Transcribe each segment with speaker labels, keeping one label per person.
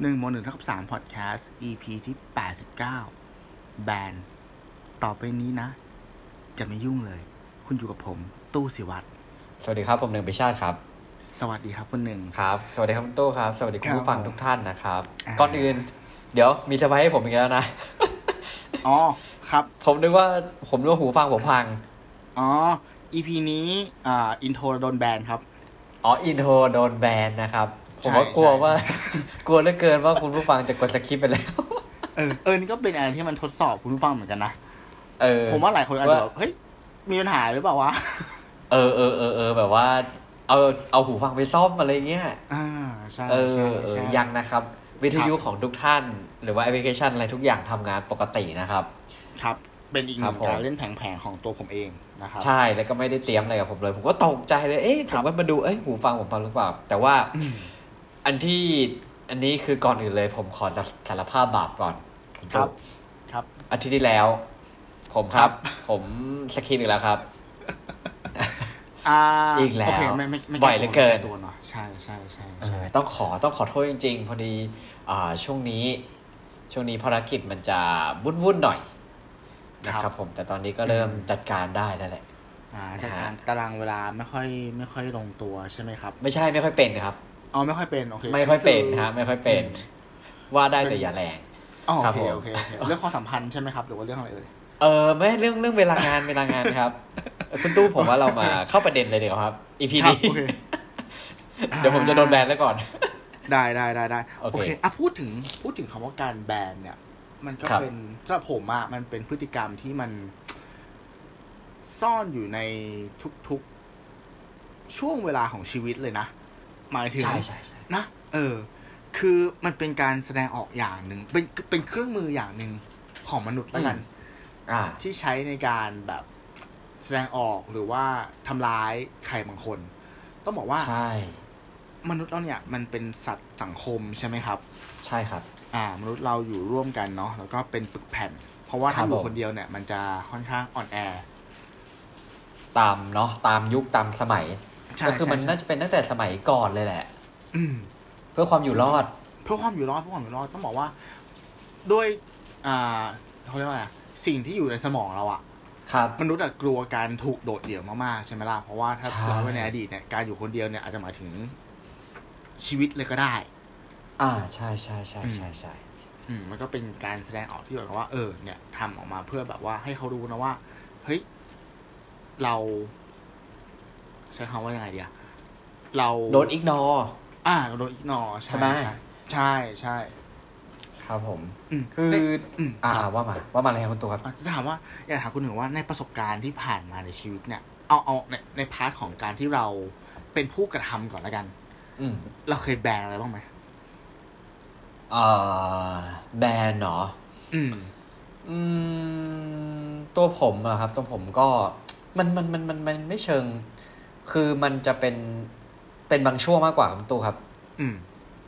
Speaker 1: หนึ่งโมหนึ่งเท่ากับสามพอดแคสต์ EP ที่แปดสิบเก้าแบนต่อไปนี้นะ จะไม่ยุ่งเลย คุณอยู่กับผมตู้สิวัตร
Speaker 2: สวัสดีครับผมหนึ่งปิชาติครับ
Speaker 1: สวัสดีครับคุณหนึ่ง
Speaker 2: ครับ สวัสดีครับคุณตู้ครับ สวัสดีคุ
Speaker 1: ค
Speaker 2: ณ
Speaker 1: รับ
Speaker 2: ผู้ฟังทุกท่านนะครับ
Speaker 1: อ่า
Speaker 2: ก่อนอื่น เดี๋ยวมีเซอร์ไพรส์ให้ผมอีกแล้วนะ
Speaker 1: อ๋อครับ
Speaker 2: ผมนึกว่าผมนึกว่าหูฟังผมพัง
Speaker 1: อ๋อ EP นี้อ่าอินโทรโดนแบนครับ
Speaker 2: อ๋ออินโทรโดนแบนนะครับ ผมว่า
Speaker 1: ใช่
Speaker 2: กลัว
Speaker 1: ใช่
Speaker 2: ว่า กลัวเหลือเกินว่าคุณผู้ฟังจะกดสคริปต์ไป แล้ว
Speaker 1: เออ เออ นี่ก็เป็นอะไรที่มันทดสอบคุณผู้ฟังเหมือนกันนะ
Speaker 2: เออ
Speaker 1: ผมว่าหลายคนอาจจะแบบเฮ้ย มีปัญหาหรือเปล่าวะ
Speaker 2: เออเออเออเออแบบว่า เอาเอาหูฟังไปซ่อมอะไรเงี้ย
Speaker 1: อ่า ใช่
Speaker 2: เออ
Speaker 1: ใช่
Speaker 2: เอ
Speaker 1: ใช่
Speaker 2: อยังนะครับ วิทยุของทุกท่าน หรือว่าแอปพลิเคชันอะไรทุกอย่างทำงานปกตินะครับ
Speaker 1: ครับ เป็นอีกหนึ่ง
Speaker 2: ครับผม
Speaker 1: การเล่นแผงๆของตัวผมเองนะครับ
Speaker 2: ใช่แล้วก็ไม่ได้เตรียมอะไรกับผมเลย ผมก็ตกใจเลยเอ๊ะผมว่ามาดูเอ้ยหูฟังผมพังหรือเปล่า แต่ว่าอันที่อันนี้คือก่อนอื่นเลย ผมขอสารภาพบาปก่อนผม
Speaker 1: ครับ
Speaker 2: ผม
Speaker 1: ครับ
Speaker 2: อาทิตย์ที่แล้ว ผมค
Speaker 1: ครั
Speaker 2: รับ
Speaker 1: บ
Speaker 2: ผมสคริปต์อีกแล้วครับ
Speaker 1: อ่า
Speaker 2: อีกแล้ว
Speaker 1: โเคไม่ไม่ไม่
Speaker 2: บ่อยเหลือเกิน
Speaker 1: ไม่ตัวเนาะใช่ใช่ใช่
Speaker 2: เอ
Speaker 1: ใช่
Speaker 2: อต้องขอต้องขอโทษจริง ๆ พอดีอ่าช่วงนี้ ช่วงนี้ภารกิจมันจะวุ่นวุ่นๆหน่อยนะครับผมแต่ตอนนี้ก็เริ่มจัดการได้แล้วแหละ
Speaker 1: อ่าจาก
Speaker 2: นะฮะ
Speaker 1: การตารางเวลาไม่ค่อยไม่ค่อยลงตัวใช่ไหมครับ
Speaker 2: ไม่ใช่ไม่ค่อยเป็นครับ
Speaker 1: อ๋อไม่ค่อยเป็นโอเค
Speaker 2: ไม่ค่อยเป็นฮะ
Speaker 1: อ
Speaker 2: ไม่ค่อยเป็น ว่าได้แต่อย่าแรง
Speaker 1: อ๋อ
Speaker 2: ครั
Speaker 1: โอบ เค
Speaker 2: ผม
Speaker 1: โอเคโอเคเรื่องความสัมพันธ์ใช่ไหมครับหรือว่าเรื่องอะไรเอ่ย
Speaker 2: เออไม่เรื่องเรื่องเวลางานเวลางานครับเออคุณตู้ผมว่าเรามาเข้าประเด็นเลยเดี๋ยวาครับอีพี
Speaker 1: ครับ
Speaker 2: นี้
Speaker 1: โอเค
Speaker 2: เดี๋ยวผมจะโดนแบนแล้วก่อน
Speaker 1: ได้ได้ได้ได้
Speaker 2: โอเค
Speaker 1: อ่ะพูดถึงพูดถึงคำว่าการแบนเนี่ย มันก็
Speaker 2: ครับ
Speaker 1: เป็นสำหรับผมอะมันเป็นพฤติกรรมที่มัน ซ่อนอยู่ในทุกๆ ช่วงเวลาของชีวิตเลยนะ หมายถึง
Speaker 2: ใช่ใช่ใช่
Speaker 1: นะ เออ คือมันเป็นการแสดงออกอย่างหนึ่งเป็นเป็นเครื่องมืออย่างหนึ่งของมนุษย์แล้วกัน
Speaker 2: อ่า
Speaker 1: ที่ใช้ในการแบบแสดงออกหรือว่าทำร้ายใครบางคน ต้องบอกว่า
Speaker 2: ใช่
Speaker 1: มนุษย์เราเนี่ยมันเป็นสัตว์สังคมใช่ไหมครับ
Speaker 2: ใช่ครับ
Speaker 1: อ่ามนุษย์เราอยู่ร่วมกันเนาะแล้วก็เป็นปึกแผ่น เพราะว่า
Speaker 2: ครั
Speaker 1: ถ้า
Speaker 2: บ
Speaker 1: อยู่
Speaker 2: ผม
Speaker 1: คนเดียวเนี่ย มันจะค่อนข้างอ่อนแอ
Speaker 2: ตามเนาะตามยุคตามสมัย
Speaker 1: ใช่
Speaker 2: ก็คือมัน
Speaker 1: ใช่
Speaker 2: น่าจะเป็นตั้งแต่สมัยก่อนเลยแหละ
Speaker 1: อืม
Speaker 2: เพื่อความอยู่รอด
Speaker 1: เพื่อความอยู่รอดเพื่อความอยู่รอดต้องบอกว่าด้วยอ่าเขาเรียกว่าอะไรสิ่งที่อยู่ในสมองเราอะ
Speaker 2: ครับ
Speaker 1: มนุษย์อะกลัวการถูกโดดเดี่ยวมากๆใช่ไหมล่ะเพราะว่าถ้า
Speaker 2: ใช่
Speaker 1: ย้อนไปในอดีตเนี่ยการอยู่คนเดียวเนี่ยอาจจะหมายถึงชีวิตเลยก็ได้
Speaker 2: อ่าใช่ใช่ใช่ใช่ใช่
Speaker 1: อืมมันก็เป็นการแสดงออกที่แบบว่า เออ เนี่ยทำออกมาเพื่อแบบว่าให้เขารู้นะว่า เฮ้ย เรา ใช้คำว่ายังไงดีอะเรา
Speaker 2: โดนอิกนอ
Speaker 1: อ่าเราโดนอีกนอ
Speaker 2: ใช่ไหม
Speaker 1: ใช่ใช่
Speaker 2: ครับผม
Speaker 1: อืม
Speaker 2: คือ
Speaker 1: ได้อืม
Speaker 2: อ่า
Speaker 1: ครับ
Speaker 2: อ่าว่ามาว่ามาอะไรครับคุณตู้ครับ
Speaker 1: อ่ะจะถามว่าอยากถามคุณหนึ่งว่าในประสบการณ์ที่ผ่านมาในชีวิตเนี่ย เอาเอาในในพาร์ทของการที่เราเป็นผู้กระทำก่อนละกัน
Speaker 2: อืม
Speaker 1: เราเคยแบนอะไรบ้างไหม
Speaker 2: เอ่อแบนเนาะ
Speaker 1: อืม
Speaker 2: อืมตัวผมอะครับ ตัวผมก็มันมันมันมันมันไม่เชิง คือมันจะเป็นเป็นบางช่วงมากกว่าครับคุณตู้ครับ
Speaker 1: อืม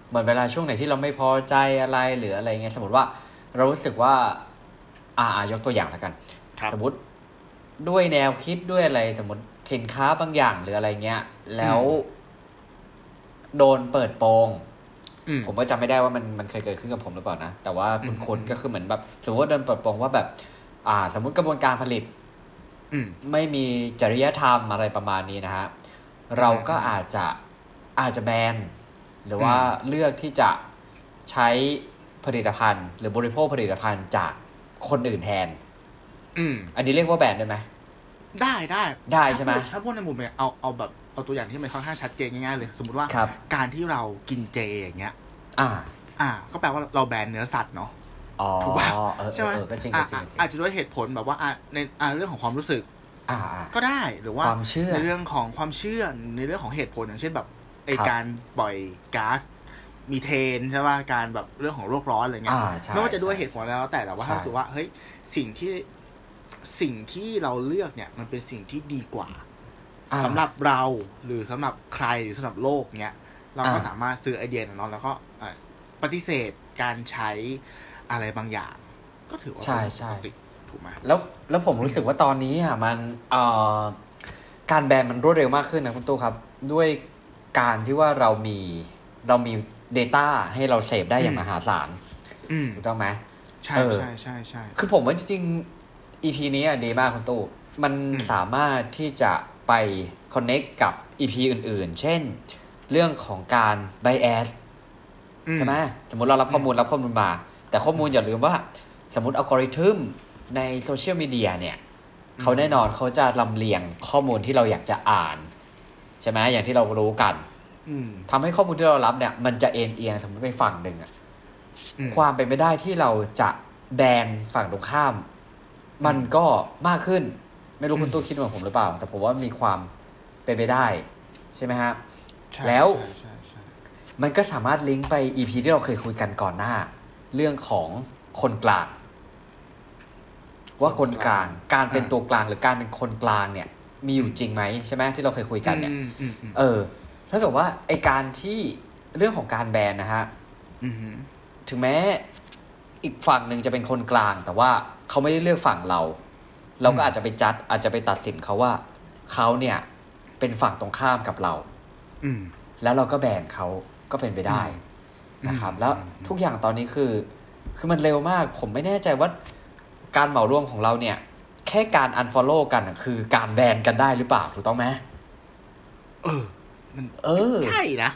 Speaker 2: เหมือนเวลาช่วงไหนที่เราไม่พอใจอะไรหรืออะไรเงี้ยสมมติว่า เรารู้สึกว่า อ่าอ่ายกตัวอย่างแล้วกัน
Speaker 1: ครับ
Speaker 2: สมมติด้วยแนวคิดด้วยอะไร สมมติสินค้าบางอย่างหรืออะไรเงี้ย แล้ว โดนเปิดโปง
Speaker 1: อืม
Speaker 2: ผมก็จำไม่ได้ว่ามันมันเคยเกิดขึ้นกับผมหรือเปล่านะ แต่ว่าคุณ
Speaker 1: อืม
Speaker 2: คนก็คือเหมือนแบบสมมติว่าโดนเปิดโปงว่าแบบ อ่า สมมติกระบวนการผลิต
Speaker 1: อืม
Speaker 2: ไม่มีจริยธรรมอะไรประมาณนี้นะฮะ เราก็อาจจะอาจจะแบน หรือว่า
Speaker 1: อืม
Speaker 2: เลือกที่จะใช้ผลิตภัณฑ์ หรือบริโภคผลิตภัณฑ์จากคนอื่นแทน
Speaker 1: อืม
Speaker 2: อันนี้เรียกว่าแบนได้ไหม
Speaker 1: ได้ได้
Speaker 2: ได้ใช่ไหม
Speaker 1: ถ้าพูถ้าพูดในมุมเนี่ยเอาเอาแบบเอาตัวอย่างที่มันค่อนข้างชัดเจนง่ายๆเลย สมมติว่า
Speaker 2: ครับ
Speaker 1: การที่เรากินเจอย่างเงี้ย
Speaker 2: อ่า
Speaker 1: อ่า ก็แปลว่าเราแบนเนื้อสัตว์เนาะ
Speaker 2: อ๋อ
Speaker 1: ถูกปะ
Speaker 2: เออเอ
Speaker 1: ใช่ไหม
Speaker 2: อเออก็จริง
Speaker 1: อ่ะ
Speaker 2: ก็จริง
Speaker 1: อ่ะ
Speaker 2: ก็จริง
Speaker 1: อาจจะด้วยเหตุผลแบบว่าอ่ะในอ่ะเรื่องของความรู้สึก
Speaker 2: อ่าอ่า
Speaker 1: ก็ได้หรือว่า
Speaker 2: ความเชื่อ
Speaker 1: ในเรื่องของความเชื่อในเรื่องของเหตุผลอย่างเช่นแบบไอ
Speaker 2: ครับ
Speaker 1: การปล่อยก๊าซมีเทนใช่ป่ะการแบบเรื่องของโลกร้อนอะไรเงี้ย
Speaker 2: อ่าใช่
Speaker 1: ไม่ว่าจะด้วยเหตุผ
Speaker 2: ใช่
Speaker 1: ลแล้วแต่แต่ว่า
Speaker 2: ใช่
Speaker 1: ถ้ารู้สึกว่าเฮ้ยสิ่งที่สิ่งที่เราเลือกเนี่ย มันเป็นสิ่งที่ดีกว่า
Speaker 2: อ่า
Speaker 1: สำหรับเราหรือสำหรับใครหรือสำหรับโลกเนี้ยเราก็
Speaker 2: อ่า
Speaker 1: สามารถซื้อไอเดียนั้นเนาะแล้วก็เอ่อปฏิเสธการใช้อะไรบางอย่าง ก็ถือว่าเป็นปกติถูกไหม
Speaker 2: แล้วแล้วผมรู้สึกว่าตอนนี้อ่ะมันเอ่อการแบนมันรวดเร็วมากขึ้นนะคุณตู้ครับ ด้วยการที่ว่าเรามีเรามี Data ให้เราเสพได้อย่าง
Speaker 1: อื
Speaker 2: ม
Speaker 1: ม
Speaker 2: หาศาล
Speaker 1: อืม
Speaker 2: ถูกต้องไหม
Speaker 1: ใช่
Speaker 2: เออ
Speaker 1: ใช่ใช่ใช่
Speaker 2: คือผมว่าจริงๆ EP นี้อะดีมากคุณตู่มัน
Speaker 1: อืม
Speaker 2: สามารถที่จะไป connect กับ EP อื่นๆ เช่น เรื่องของการ bias
Speaker 1: อื
Speaker 2: ใช่ไหมสมมติเรารับข้อมูลรับข้อมูลมา แต่ข้อมูลอย่าลืมว่า สมมติอัลกอริทึมในโซเชียลมีเดียเนี่ย
Speaker 1: อืม
Speaker 2: เขาแน่นอนเขาจะลำเลียงข้อมูลที่เราอยากจะอ่าน ใช่ไหมอย่างที่เรารู้กัน
Speaker 1: อืม
Speaker 2: ทำให้ข้อมูลที่เรารับเนี่ย มันจะเอ็นเอียงสมมติไปฝั่งหนึ่งอะ
Speaker 1: อืม
Speaker 2: ความเป็นไปได้ที่เราจะแบนฝั่งตรงข้าม มันก็มากขึ้น ไม่รู้คุณ
Speaker 1: อืม
Speaker 2: ตู้คิดเหมือนผมหรือเปล่า แต่ผมว่ามีความเป็นไปได้ ใช่ไหมฮะ
Speaker 1: ใช่
Speaker 2: แล้ว
Speaker 1: ใช่ใช่ใช่
Speaker 2: มันก็สามารถลิงก์ไป EP ที่เราเคยคุยกันก่อนหน้า เรื่องของคนกลาง ว่าคนกลาง การเป็นตัวกลางหรือการเป็นคนกลางเนี่ย มีอยู่จริงไหมใช่ไหมที่เราเคยคุยกันเนี่ย
Speaker 1: อืมอืมอืม
Speaker 2: เออถ้าเกิดว่าไอการที่เรื่องของการแบนนะฮะ
Speaker 1: อืมอืม
Speaker 2: ถึงแม้อีกฝั่งหนึ่งจะเป็นคนกลาง แต่ว่าเขาไม่ได้เลือกฝั่งเรา เราก็อาจจะไปจัด อาจจะไปตัดสินเขาว่าเขาเนี่ย เป็นฝั่งตรงข้ามกับเรา
Speaker 1: อืม
Speaker 2: แล้วเราก็แบนเขาก็เป็นไปได้
Speaker 1: อืม
Speaker 2: นะครับ
Speaker 1: อืม
Speaker 2: แล้ว
Speaker 1: อืม
Speaker 2: ทุกอย่างตอนนี้คือ คือมันเร็วมาก ผมไม่แน่ใจว่าการเหมารวมของเราเนี่ย แค่การ unfollow กันน่ะคือการแบนกันได้หรือเปล่าถูกต้องไหม
Speaker 1: เออ มัน
Speaker 2: เออ
Speaker 1: ใช่นะ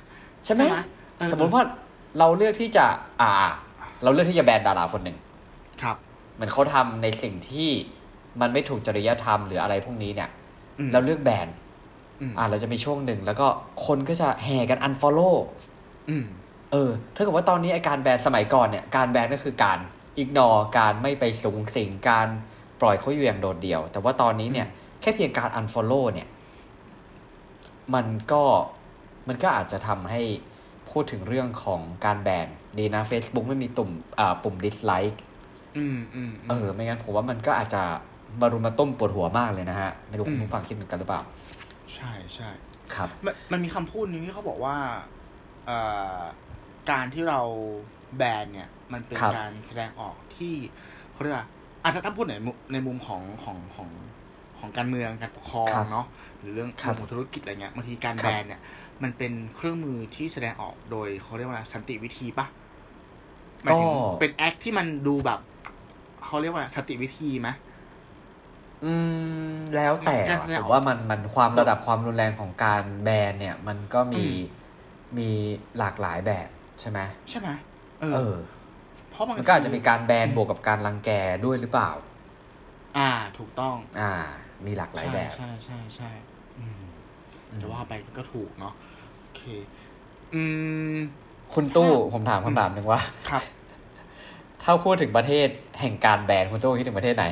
Speaker 2: ใช่ไหม
Speaker 1: เออ
Speaker 2: สมมติว่าเราเลือกที่จะ อ่า เราเลือกที่จะแบนดาราคนหนึ่ง
Speaker 1: ครับ
Speaker 2: เหมือนเขาทำในสิ่งที่มันไม่ถูกจริยธรรมหรืออะไรพวกนี้เนี่ย
Speaker 1: อืม
Speaker 2: เราเลือกแบน
Speaker 1: อืม
Speaker 2: อ่า เราจะมีช่วงหนึ่งแล้วก็คนก็จะแห่กัน unfollow
Speaker 1: อืม
Speaker 2: เออถ้าเกิดว่าตอนนี้ไอการแบนสมัยก่อนเนี่ย การแบนก็คือการอิกนอการไม่ไปสูงสิงการปล่อยเขาอยู่อย่างโดดเดี่ยว แต่ว่าตอนนี้เนี่ย แค่เพียงการ unfollow เนี่ย มันก็มันก็อาจจะทำให้พูดถึงเรื่องของการแบนดีนะ Facebook ไม่มีตุ่มอ่าปุ่ม dislike
Speaker 1: อืมอืมม
Speaker 2: เออ ไม่งั้นผมว่ามันก็อาจจะมารุมมาต้มปวดหัวมากเลยนะฮะ ไม่รู้คุ
Speaker 1: อื
Speaker 2: ณ
Speaker 1: ม
Speaker 2: ผู้ฟังคิดเหมือนกันหรือเปล่า
Speaker 1: ใช่ใช่
Speaker 2: ครับ
Speaker 1: มันมันมีคำพูดหนึงที่เขาบอกว่าเอ่อการที่เราแบนเนี่ย มันเป็น
Speaker 2: ครับ
Speaker 1: การแสดงออกที่เขาเรียกว่าอ่ะถ้าถ้าพูดในมุมในมุมของของของของการเมืองการปกครอง
Speaker 2: ครับ
Speaker 1: เนาะหรือเรื่อง
Speaker 2: ครับ
Speaker 1: ของธุรกิจอะไรเงี้ยบางทีการ
Speaker 2: ครับ
Speaker 1: แบนเนี่ย มันเป็นเครื่องมือที่แสดงออกโดยเขาเรียกว่าอะไรสันติวิธีปะหมายถึงเป็นแอคที่มันดูแบบเขาเรียกว่าอะไรสันติวิธีไหม
Speaker 2: อืมแล้วแต่
Speaker 1: การแสดงอ
Speaker 2: ผ
Speaker 1: อก
Speaker 2: มว่ามันมันความระดับความรุนแรงของการแบนเนี่ย มันก็มี
Speaker 1: อืม
Speaker 2: มีหลากหลายแบบใช่ไหม
Speaker 1: ใช่ไหมเอ
Speaker 2: เอ
Speaker 1: อ
Speaker 2: อ
Speaker 1: เพราะบาง
Speaker 2: มันก็อาจจะมีการแบน
Speaker 1: อืม
Speaker 2: บวกกับการรังแกด้วยหรือเปล่า
Speaker 1: อ่า ถูกต้อง
Speaker 2: อ่า มีหลากหลายแบบ
Speaker 1: ใช่ใช่ใช่ใช่อืม
Speaker 2: อืม
Speaker 1: แต่ว่าไปก็ถูกเนาะโอเค อืม
Speaker 2: คุณตู้
Speaker 1: ถ้า
Speaker 2: ผมถามคำถามหนึ่งว่า
Speaker 1: ครับ
Speaker 2: ถ้าพูดถึงประเทศแห่งการแบนคุณตู้คิดถึงประเทศไหน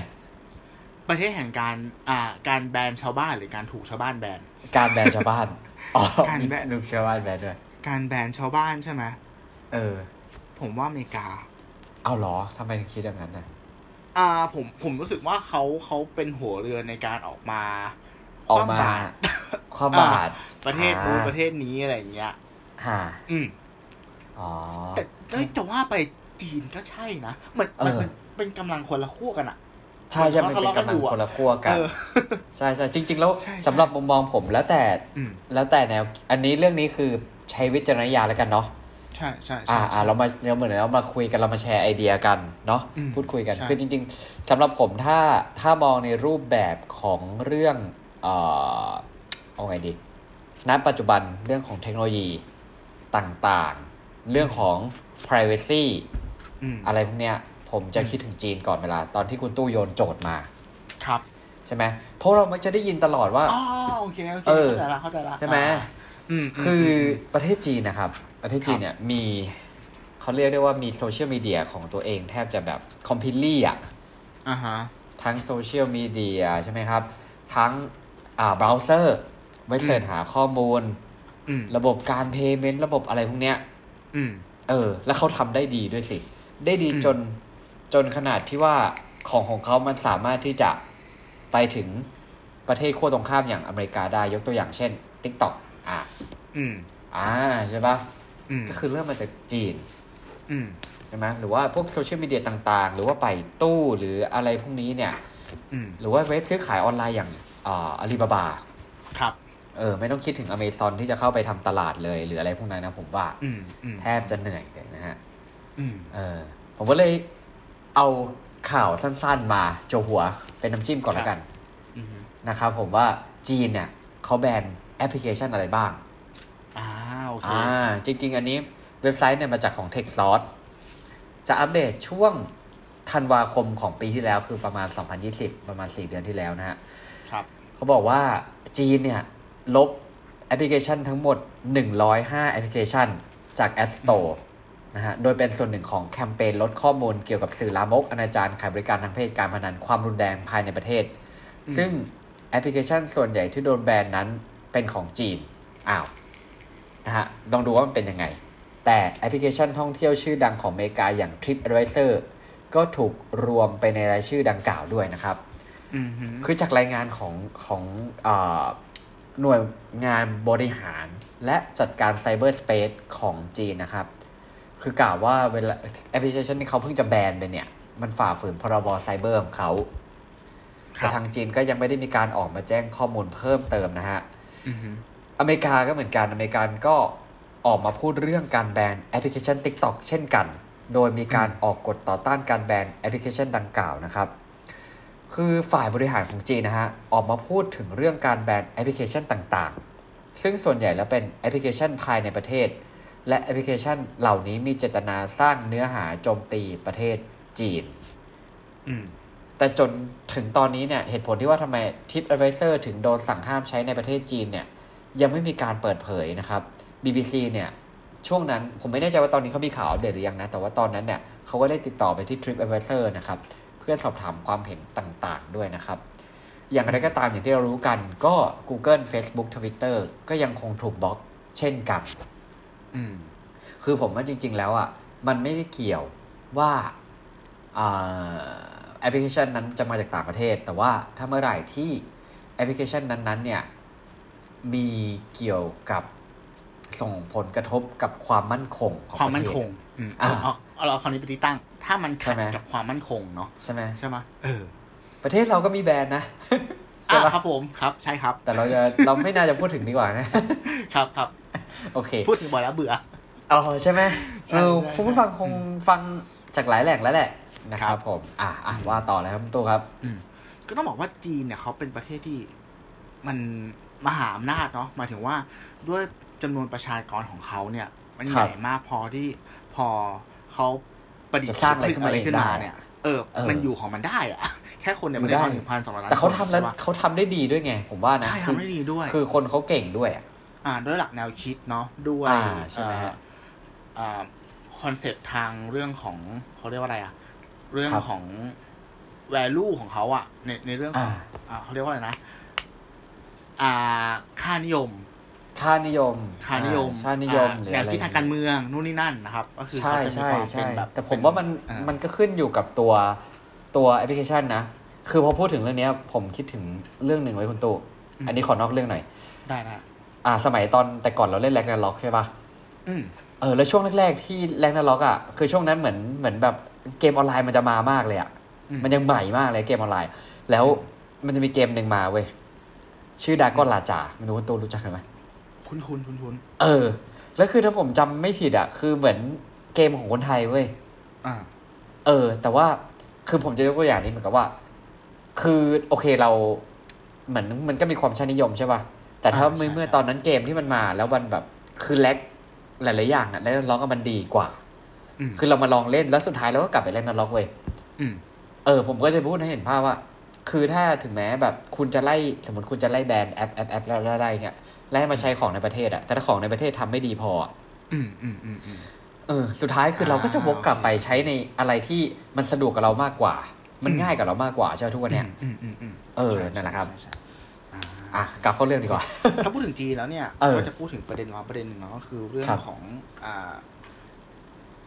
Speaker 1: ประเทศแห่งการ อ่า การแบนชาวบ้านหรือการถูกชาวบ้านแบน
Speaker 2: การแบนชาว บ้านอ๋อ
Speaker 1: การแบน
Speaker 2: ลูกชาวบ้านแบนด้วย
Speaker 1: การแบนชาวบ้านใช่ไหม
Speaker 2: เออ
Speaker 1: ผมว่าอเมริกา
Speaker 2: เอาเหรอทำไมถึงคิดอย่างนั้นน่ะ
Speaker 1: อ่า ผมผมรู้สึกว่าเขาเขาเป็นหัวเรือในการออกมา
Speaker 2: ออก
Speaker 1: ค
Speaker 2: มา
Speaker 1: ว่ำบตร
Speaker 2: ความ
Speaker 1: อ่า
Speaker 2: บาด
Speaker 1: ประเทศนู้นประเทศนี้อะไรอย่างเงี้ย
Speaker 2: ฮ่า
Speaker 1: อืม
Speaker 2: อ๋อ
Speaker 1: แต่เอ้ยจะว่าไปจีนก็ใช่นะมันมัน
Speaker 2: เออ
Speaker 1: มันเป็นกำลังคนละขั้วกันอะ
Speaker 2: ใช่ใช่มัน
Speaker 1: ทะ
Speaker 2: เป็น
Speaker 1: เลาะกัน
Speaker 2: กำลั
Speaker 1: อยู่
Speaker 2: ง
Speaker 1: อะ
Speaker 2: คนละขั้วกัน
Speaker 1: เออ
Speaker 2: ใช่ใช่จริง ๆ แล้ว
Speaker 1: ใช่ใช่
Speaker 2: สำหรับมุมมองผมแล้วแต่
Speaker 1: อืม
Speaker 2: แล้วแต่แนว อันนี้เรื่องนี้คือใช้วิจารณญาณแล้วกันเนาะ
Speaker 1: ใช่ใช่ใช่
Speaker 2: อ่าอ่า
Speaker 1: ใช่
Speaker 2: เรามาเราเหมือนเรามาคุยกันเรามาแชร์ไอเดียกันเนาะ
Speaker 1: อืม
Speaker 2: พูดคุยกัน
Speaker 1: ใช่
Speaker 2: คือจริง ๆสำหรับผมถ้าถ้ามองในรูปแบบของเรื่องเอ่อเอาไงดีณปัจจุบันเรื่องของเทคโนโลยีต่างๆ เรื่องของ privacy
Speaker 1: อืม
Speaker 2: อะไรพวกเนี้ยผมจะคิดถึงจีนก่อนเวลา ตอนที่คุณตู้โยนโจทย์มา
Speaker 1: ครับ
Speaker 2: ใช่ไหมเพราะเรามักจะได้ยินตลอดว่า
Speaker 1: อ๋อโอเคโอเค
Speaker 2: เออ
Speaker 1: เข้าใจละเข้าใจละ
Speaker 2: ใช่ไหม
Speaker 1: อ่าอืมม
Speaker 2: คือ
Speaker 1: ม
Speaker 2: ประเทศจีนนะครับ ประเทศจีนเนี่ยมีเขาเรียกได้ว่ามีโซเชียลมีเดียของตัวเองแทบจะแบบคอมพิลลี่อ่ะ
Speaker 1: อ่าฮะ
Speaker 2: ทั้งโซเชียลมีเดียใช่ไหมครับ ทั้งอ่าเบราว์เซอร์ไว้เสิร์ชหาข้อมูล
Speaker 1: อืม
Speaker 2: ระบบการเพย์เมนต์ระบบอะไรพวกเนี้ย
Speaker 1: อืม
Speaker 2: เออ แล้วเขาทำได้ดีด้วยสิ ได้ดี
Speaker 1: อืม
Speaker 2: จนจนขนาดที่ว่าของของเขามันสามารถที่จะไปถึงประเทศขั้วตรงข้ามอย่างอเมริกาได้ยกตัวอย่างเช่น Tik t o k อ่ะ
Speaker 1: อืม
Speaker 2: อ่าใช่ปะ
Speaker 1: อืม
Speaker 2: ก็คือเริ่มมาจากจีน
Speaker 1: อืม
Speaker 2: ใช่ไหมหรือว่าพวกโซเชียลมีเดียต่างๆ หรือว่าไปตู้หรืออะไรพวกนี้เนี่ย
Speaker 1: อืม
Speaker 2: หรือว่าเว็บซื้อขายออนไลน์อย่างอ่าอาลีบาบา
Speaker 1: ครับ
Speaker 2: เอ เออไม่ต้องคิดถึงอเมซอนที่จะเข้าไปทำตลาดเลย หรืออะไรพวกนั้นนะผมว่า
Speaker 1: อืมอืม
Speaker 2: แทบจะเหนื่อยเลยนะฮะ
Speaker 1: อืม
Speaker 2: เออผมก็เลยเอาข่าวสั้นๆมาโจวหัวเป็นน้ำจิ้มก่อน
Speaker 1: ครับ
Speaker 2: แล้วกัน
Speaker 1: อืม
Speaker 2: นะครับผมว่าจีนเนี่ยเขาแบนแอปพลิเคชันอะไรบ้าง
Speaker 1: อ่าโอเค
Speaker 2: อ่าจริงๆ อันนี้เว็บไซต์เนี่ยมาจากของ t e c h s o u r c e จะอัปเดตช่วงธันวาคมของปีที่แล้วคือประมาณ 2020 ประมาณ 4 เดือนที่แล้วนะฮะ
Speaker 1: ครับ
Speaker 2: เขาบอกว่าจีนเนี่ย ลบแอปพลิเคชันทั้งหมด 105 แอปพลิเคชันจาก App Store นะฮะ โดยเป็นส่วนหนึ่งของแคมเปญลดข้อมูลเกี่ยวกับสื่อลามก อนาจารขายบริการทางเพศการพนันความรุนแรงภายในประเทศ
Speaker 1: อืม
Speaker 2: ซึ่งแอปพลิเคชันส่วนใหญ่ที่โดนแบนนั้นเป็นของจีน อ้าว นะฮะ ลองดูว่ามันเป็นยังไง แต่แอปพลิเคชันท่องเที่ยวชื่อดังของอเมริกาอย่าง TripAdvisor ก็ถูกรวมไปในรายชื่อดังกล่าวด้วยนะครับ
Speaker 1: อืมฮึ
Speaker 2: คือจากรายงานของของเออหน่วยงานบริหารและจัดการไซเบอร์สเปซของจีนนะครับ คือกล่าวว่าเวลาแอปพลิเคชันที่เขาเพิ่งจะแบนไปเนี่ย มันฝ่าฝืนพรบไซเบอร์ของเขา
Speaker 1: ค
Speaker 2: แต่
Speaker 1: รับ
Speaker 2: ทางจีนก็ยังไม่ได้มีการออกมาแจ้งข้อมูลเพิ่มเติมนะฮะ
Speaker 1: อืมฮึ
Speaker 2: อเมริกาก็เหมือนกัน อเมริกาก็ออกมาพูดเรื่องการแบนแอปพลิเคชัน TikTok เช่นกัน โดยมีการออกกฎต่อต้านการแบนแอปพลิเคชันดังกล่าวนะครับ คือฝ่ายบริหารของจีนนะฮะ ออกมาพูดถึงเรื่องการแบนแอปพลิเคชันต่างๆ ซึ่งส่วนใหญ่แล้วเป็นแอปพลิเคชันภายในประเทศ และแอปพลิเคชันเหล่านี้มีเจตนาสร้างเนื้อหาโจมตีประเทศจีน
Speaker 1: อืม
Speaker 2: แต่จนถึงตอนนี้เนี่ยเหตุผลที่ว่าทำไมทิป Advisor ถึงโดนสั่งห้ามใช้ในประเทศจีนเนี่ย ยังไม่มีการเปิดเผยนะครับ BBC เนี่ย ช่วงนั้นผมไม่แน่ใจว่าตอนนี้เขามีข่าวอัปเดตหรือยังนะ แต่ว่าตอนนั้นเนี่ยเขาก็ได้ติดต่อไปที่ Trip Advisor นะครับ เพื่อสอบถามความเห็นต่างๆด้วยนะครับ อย่างไรก็ตามอย่างที่เรารู้กันก็ Google Facebook Twitter ก็ยังคงถูกบล็อกเช่นกัน
Speaker 1: อืม
Speaker 2: คือผมว่าจริง ๆ แล้วอ่ะมันไม่ได้เกี่ยวว่าอ่าแอปพลิเคชันนั้นจะมาจากต่างประเทศ แต่ว่าถ้าเมื่อไหร่ที่แอปพลิเคชันนั้น ๆ เนี่ย มีเกี่ยวกับส่งผลกระทบกับความมั่นคงของ
Speaker 1: ความ
Speaker 2: ประเทศ
Speaker 1: มั่นคง อืมเอา
Speaker 2: อ่า
Speaker 1: เอาเอาเราเอาคำนี้ไปที่ตั้ง ถ้ามัน
Speaker 2: ใช่
Speaker 1: ขัด
Speaker 2: ไหม
Speaker 1: กับความมั่นคงเนาะ
Speaker 2: ใช่ไหม
Speaker 1: ใช่ไหมเออ
Speaker 2: ประเทศเราก็มีแบรนด์นะ
Speaker 1: อ่าครับผมครับ ใช่ครับ
Speaker 2: แต่เราจะเราไม่น่าจะพูดถึงดีกว่านะ
Speaker 1: ครับครับ
Speaker 2: โอเค
Speaker 1: พูดถึงบ่อยแล้วเบื่อ
Speaker 2: อ๋อใช่ไหม
Speaker 1: ใช่
Speaker 2: เออ
Speaker 1: ใช่
Speaker 2: คุณผู้ฟังคงฟังจากหลายแหล่งแล้วแหละนะค
Speaker 1: ครั
Speaker 2: รับบ ผม อ่ะอ่ะว่าต่อเลยครับคุณตู้ครับ
Speaker 1: อืมก็ต้องบอกว่าจีนเนี่ยเขาเป็นประเทศที่มันมหาอำนาจเนาะหมายถึงว่าด้วยจำนวนประชากรของเขาเนี่ย มัน
Speaker 2: ค
Speaker 1: ให
Speaker 2: รับ
Speaker 1: ญ่มากพอที่พอเขาประดิษฐ์
Speaker 2: จะสร้างอะไรขึ้นมา
Speaker 1: ผลิตขึ้นมา
Speaker 2: เองได้
Speaker 1: เนี่ยเออ
Speaker 2: เออ
Speaker 1: มันอยู่ของมันได้อะแค่คนเนี่ย
Speaker 2: อยู่
Speaker 1: มันได้
Speaker 2: ได้
Speaker 1: หนึ่งพันสองร้อยล้าน
Speaker 2: แต่เขาทำแล้ว
Speaker 1: ใช่ปะ
Speaker 2: เขาทำได้ดีด้วยไง ผมว่านะ
Speaker 1: ใช่
Speaker 2: คือ
Speaker 1: ทำได้ดีด้วย
Speaker 2: คือคนเขาเก่งด้วยอะ
Speaker 1: อ่าด้วยหลักแนวคิดเนาะด้วย
Speaker 2: อ่าใช่ไหมฮะ
Speaker 1: คอนเซ็ปต์ทางเรื่องของเขาเรียกว่าอะไรอะเรื่อง
Speaker 2: ครับ
Speaker 1: ของ value ของเขาอะในในเรื่องข
Speaker 2: อ่า
Speaker 1: อง อ่าเขาเรียกว่าอะไรนะ อ่า ค่านิยม
Speaker 2: ค่านิยม
Speaker 1: ค่านิยม
Speaker 2: อ่ชาตินิยม
Speaker 1: อ่า
Speaker 2: หรือ
Speaker 1: แนว
Speaker 2: อะไร
Speaker 1: คิดทางการเมืองนู่นนี่นั่นนะครับ ก็คือ
Speaker 2: ใช่
Speaker 1: เขาจะมี
Speaker 2: ใช่
Speaker 1: ความเป็
Speaker 2: ใช่
Speaker 1: นแบบ
Speaker 2: แต่ผมว่ามัน
Speaker 1: อ่
Speaker 2: มันก็ขึ้นอยู่กับตัวตัวแอปพลิเคชันนะ คือพอพูดถึงเรื่องเนี้ย ผมคิดถึงเรื่องหนึ่งไว้คุณตู่อันนี้ขอนอกเรื่องหน่อย
Speaker 1: ได้นะ
Speaker 2: อ่า สมัยตอนแต่ก่อนเราเล่นแร็กนาล็อกใช่ปะ
Speaker 1: อืม
Speaker 2: เออแล้วช่วงแรก ๆ ที่แร็กนาล็อกอ่ะคือช่วงนั้นเหมือนเหมือนแบบเกมออนไลน์มันจะมามากเลยอ่ะ
Speaker 1: อื
Speaker 2: มันยังใหม่มากเลยเกมออนไลน์ แล้ว
Speaker 1: อื
Speaker 2: มันจะมีเกมหนึ่งมาเว้ย ชื่อดากอนลาจาไม่รู้ว่าตัวรู้จักกันไหม
Speaker 1: คุ้นคุ้นคุ้นคุ้น
Speaker 2: เออ แล้วคือถ้าผมจำไม่ผิดอ่ะ คือเหมือนเกมของคนไทยเว้ย
Speaker 1: อ่า
Speaker 2: เออ แต่ว่าคือผมจะยกตัวอย่างนี้เหมือนกับว่า คือโอเคเรา เหมือนมันก็มีความชาตินิยมใช่ป่ะ แต่ถ้า
Speaker 1: อ่า
Speaker 2: เมื่อ
Speaker 1: ใช่
Speaker 2: เมื่อ
Speaker 1: ใช่
Speaker 2: ตอนนั้นเกมที่มันมา แล้วมันแบบคือแลกหลายๆอย่างอ่ะแล้วล็อกมันดีกว่า
Speaker 1: อืม
Speaker 2: คือเรามาลองเล่นแล้วสุดท้ายเราก็กลับไปเล่นนล็อกเว้ย
Speaker 1: อืม
Speaker 2: เออผมก็จะพูดให้เห็นภาพว่า คือถ้าถึงแม้แบบคุณจะไล่สมมติคุณจะไล่แบรนด์แอปแอปแอปแล้วไล่เงี้ยไล่มาใช้ของในประเทศอะแต่ถ้าของในประเทศทำไม่ดีพออะ
Speaker 1: อืมอืมอืมอืม
Speaker 2: เออสุดท้ายคือเราก็จะวกกลับไป
Speaker 1: อ่าโอเค
Speaker 2: ใช้ในอะไรที่มันสะดวกกับเรามากกว่า มันง่ายกับเรามากกว่าใช่ไหมทุกวันเนี้ย
Speaker 1: อืมอืมอืม
Speaker 2: เออ
Speaker 1: ใช่
Speaker 2: นั่นแหละครับ
Speaker 1: ใช่ใช่อ่า
Speaker 2: อ่ะกลับเข้าเรื่องดีกว่า
Speaker 1: ถ้าพูดถึงจีนแล้วเนี่ย
Speaker 2: เออ
Speaker 1: ก็จะพูดถึงประเด็นร้อนประเด็นหนึ่งเนาะก็คือเรื่อง
Speaker 2: ครับ
Speaker 1: ของอ่า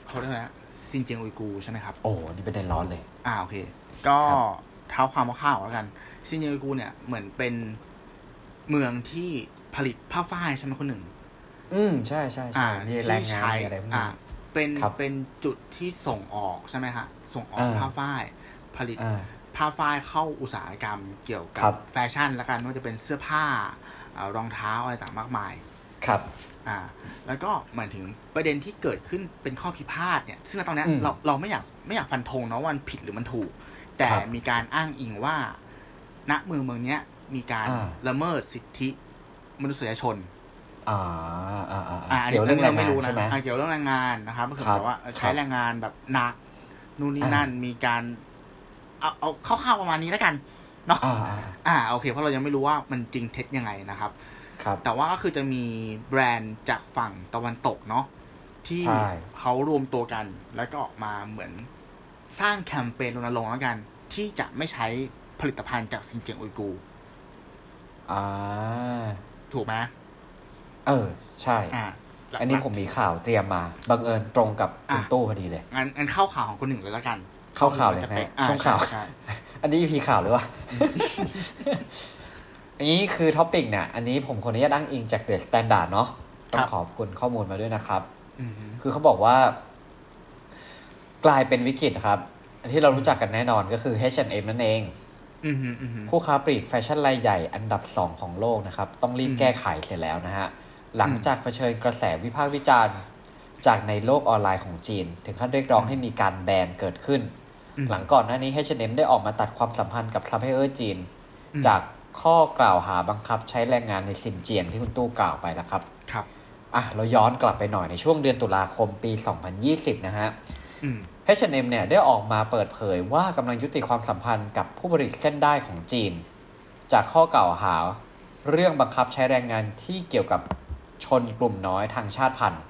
Speaker 1: เขาเรียกอะไรนะซินเจียงอุยกูร์ใช่ไหมครับ
Speaker 2: โอ้นี่เป็นเด็นร้อนเลย
Speaker 1: อ่าโอเค ก็
Speaker 2: ครับ
Speaker 1: เท้าความคร่าวๆแล้วกันซินเจียงอุยกูร์เนี่ยเหมือนเป็นเมืองที่ผลิตผ้าฝ้ายใช่ไหมคนหนึ่ง
Speaker 2: อืมใช่ใช่ใช่
Speaker 1: อ่า
Speaker 2: นี่แรง
Speaker 1: ที่
Speaker 2: งาน
Speaker 1: ใช้
Speaker 2: มีอะไรพวกนี้
Speaker 1: อ่าเป็น
Speaker 2: ครับ
Speaker 1: เป็นจุดที่ส่งออกใช่ไหมฮะส่งออก
Speaker 2: อ่า
Speaker 1: ผ้าฝ้ายผลิต
Speaker 2: อ่า
Speaker 1: ผ้าฝ้ายเข้าอุตสาหกรรมเกี่ยว
Speaker 2: ครั
Speaker 1: กับบ แฟชั่นละกันไม่ว่าจะเป็นเสื้อผ้า เอ่อรองเท้าอะไรต่างมากมาย
Speaker 2: ครับ
Speaker 1: อ่า แล้วก็หมายถึงประเด็นที่เกิดขึ้นเป็นข้อพิพาทเนี่ย ซึ่งณตอนเนี้ย
Speaker 2: อืม
Speaker 1: เราเราไม่อยากไม่อยากฟันธงเนาะว่ามันผิดหรือมันถูก แต่
Speaker 2: ครับ
Speaker 1: มีการอ้างอิงว่า ณเมืองเมืองเนี้ยมีการ
Speaker 2: อ่า
Speaker 1: ละเมิดสิทธิมนุษยชน
Speaker 2: อ่าอ่าอ่า
Speaker 1: อ่า
Speaker 2: อ่า
Speaker 1: อัน
Speaker 2: เกี่
Speaker 1: นี้
Speaker 2: ยว
Speaker 1: เรื่
Speaker 2: เรื่
Speaker 1: อ
Speaker 2: อง ง
Speaker 1: นี้เราไม่
Speaker 2: แรงงาน
Speaker 1: รู้นะ
Speaker 2: ใช่ไหม
Speaker 1: อ่าเกี่ยวเรื่องแรงงานนะครับก็คือ
Speaker 2: ครับ
Speaker 1: แบบว่าเออใช้
Speaker 2: ครับ
Speaker 1: แรงงานแบบหนักนู่นนี่
Speaker 2: อ่านั่
Speaker 1: นั่นมีการเอาเอาคร่าวๆประมาณนี้แล้วกันเนาะ
Speaker 2: อ่าอ่า
Speaker 1: อ่าโอเคเพราะเรายังไม่รู้ว่ามันจริงเท็จยังไงนะครับ
Speaker 2: ครับ
Speaker 1: แต่ว่าก็คือจะมีแบรนด์จากฝั่งตะวันตกเนาะที่
Speaker 2: ใช่
Speaker 1: เขารวมตัวกัน แล้วก็ออกมาเหมือนสร้างแคมเปญรณรงค์แล้วกัน ที่จะไม่ใช้ผลิตภัณฑ์จากซินเจียงอุยกูร์
Speaker 2: อ่า
Speaker 1: ถูกไหม
Speaker 2: เออ ใช่
Speaker 1: อ่า
Speaker 2: อันนี้ผมมีข่าวเตรียมมา บังเอิญตรงกับคุณ
Speaker 1: อ่ะ
Speaker 2: ตู้พอดีเลย
Speaker 1: งั้นงั้นเข้าข่าวของคนหนึ่งเลยแล้วกัน
Speaker 2: เข้าข่าวเลยไหม
Speaker 1: อ่
Speaker 2: ช่วงข่าว
Speaker 1: ใใช่
Speaker 2: อันนี้พีข่าวหรือวะ อันนี้คือท็อปิกเนี่ย อันนี้ผมขออนุญาตอ้างอิงจากเดอะสแตนดาร์ดเนาะ ต้อ
Speaker 1: ครับ
Speaker 2: งขอบคุณข้อมูลมาด้วยนะครับ
Speaker 1: อืมฮึ
Speaker 2: คือเขาบอกว่า กลายเป็นวิกฤตครับ อันที่เรารู้จักกันแน่นอนก็คือ H&M นั่นเอง
Speaker 1: อืมฮึอืมฮึ
Speaker 2: ผู้ค้าปลีกแฟชั่นรายใหญ่อันดับ 2 ของโลกนะครับ ต้องรีบ
Speaker 1: อืม
Speaker 2: แก้ไขเสร็จแล้วนะฮะ หลังจากเผชิญกระแสวิพากษ์วิจารณ์ จากในโลกออนไลน์ของจีน ถึงขั้นเรียกร้องให้มีการแบนเกิดขึ้น
Speaker 1: อืม
Speaker 2: หลังก่อนหน้านี้ H&M ได้ออกมาตัดความสัมพันธ์กับซัพพลายเออร์จีน
Speaker 1: อืม
Speaker 2: จากข้อกล่าวหาบังคับใช้แรงงานในซินเจียงที่คุณตู้กล่าวไปแล้วครับ
Speaker 1: ครับ
Speaker 2: อ่ะเราย้อนกลับไปหน่อยในช่วงเดือนตุลาคมปี 2020 นะฮะ
Speaker 1: อืม
Speaker 2: H&M เนี่ยได้ออกมาเปิดเผยว่ากำลังยุติความสัมพันธ์กับผู้ผลิตเส้นได้ของจีน จากข้อกล่าวหาเรื่องบังคับใช้แรงงานที่เกี่ยวกับชนกลุ่มน้อยทางชาติพันธุ์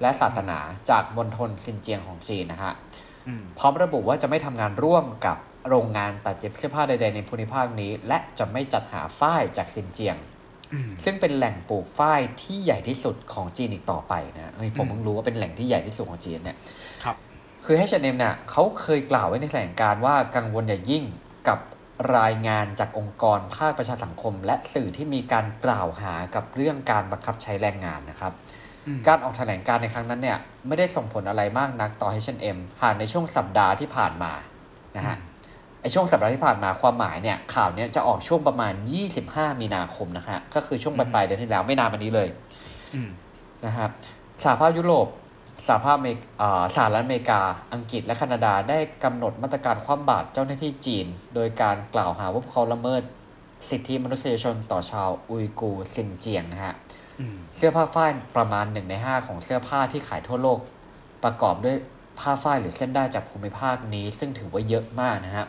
Speaker 2: และศาสนาจากมณฑลซินเจียงของจีนนะฮะ
Speaker 1: อืม
Speaker 2: พร้อมระบุว่าจะไม่ทำงานร่วมกับโรงงานตัดเย็บเสื้อผ้าใดๆในภูมิภาคนี้ และจะไม่จัดหาฝ้ายจากซินเจียง
Speaker 1: อืม
Speaker 2: ซึ่งเป็นแหล่งปลูกฝ้ายที่ใหญ่ที่สุดของจีนอีกต่อไปนะเฮ้ยผ
Speaker 1: อื
Speaker 2: ม
Speaker 1: ม
Speaker 2: เพิ่งรู้ว่าเป็นแหล่งที่ใหญ่ที่สุดของจีนเนี่ย
Speaker 1: ครับ
Speaker 2: คือ H&M เนี่ยเขาเคยกล่าวไว้ในแถลงการณ์ว่ากังวลอย่างยิ่งกับรายงานจากองค์กรภาคประชาสังคม และสื่อที่มีการกล่าวหากับเรื่องการบังคับใช้แรงงานนะครับ
Speaker 1: อืม
Speaker 2: การออกแถลงการณ์ในครั้งนั้นเนี่ยไม่ได้ส่งผลอะไรมากนักต่อ H&M หากในช่วงสัปดาห์ที่ผ่านมานะฮะไอช่วงสัปดาห์ที่ผ่านมาความหมายเนี่ยข่าวเนี้ยจะออกช่วงประมาณ 25 มีนาคมนะฮะก็คือช่วงปลายๆเดือนที่แล้วไม่นานมานี้เลย
Speaker 1: อืม
Speaker 2: นะครับสหภาพยุโรปสหภาพอเมริกอ่าสหรัฐอเมริกา อังกฤษและแคนาดาได้กำหนดมาตรการคว่ำบาตรเจ้าหน้าที่จีน โดยการกล่าวหาว่าพวกเขาละเมิด สิทธิมนุษยชนต่อชาวอุยกูร์ซินเจียงนะฮะ
Speaker 1: อืม
Speaker 2: เสื้อผ้าฝ้ายประมาณหนึ่งใน 5 ของเสื้อผ้าที่ขายทั่วโลก ประกอบด้วยผ้าฝ้ายหรือเส้นได้ายจากภูมิภาคนี้ ซึ่งถือว่าเยอะมากนะฮะ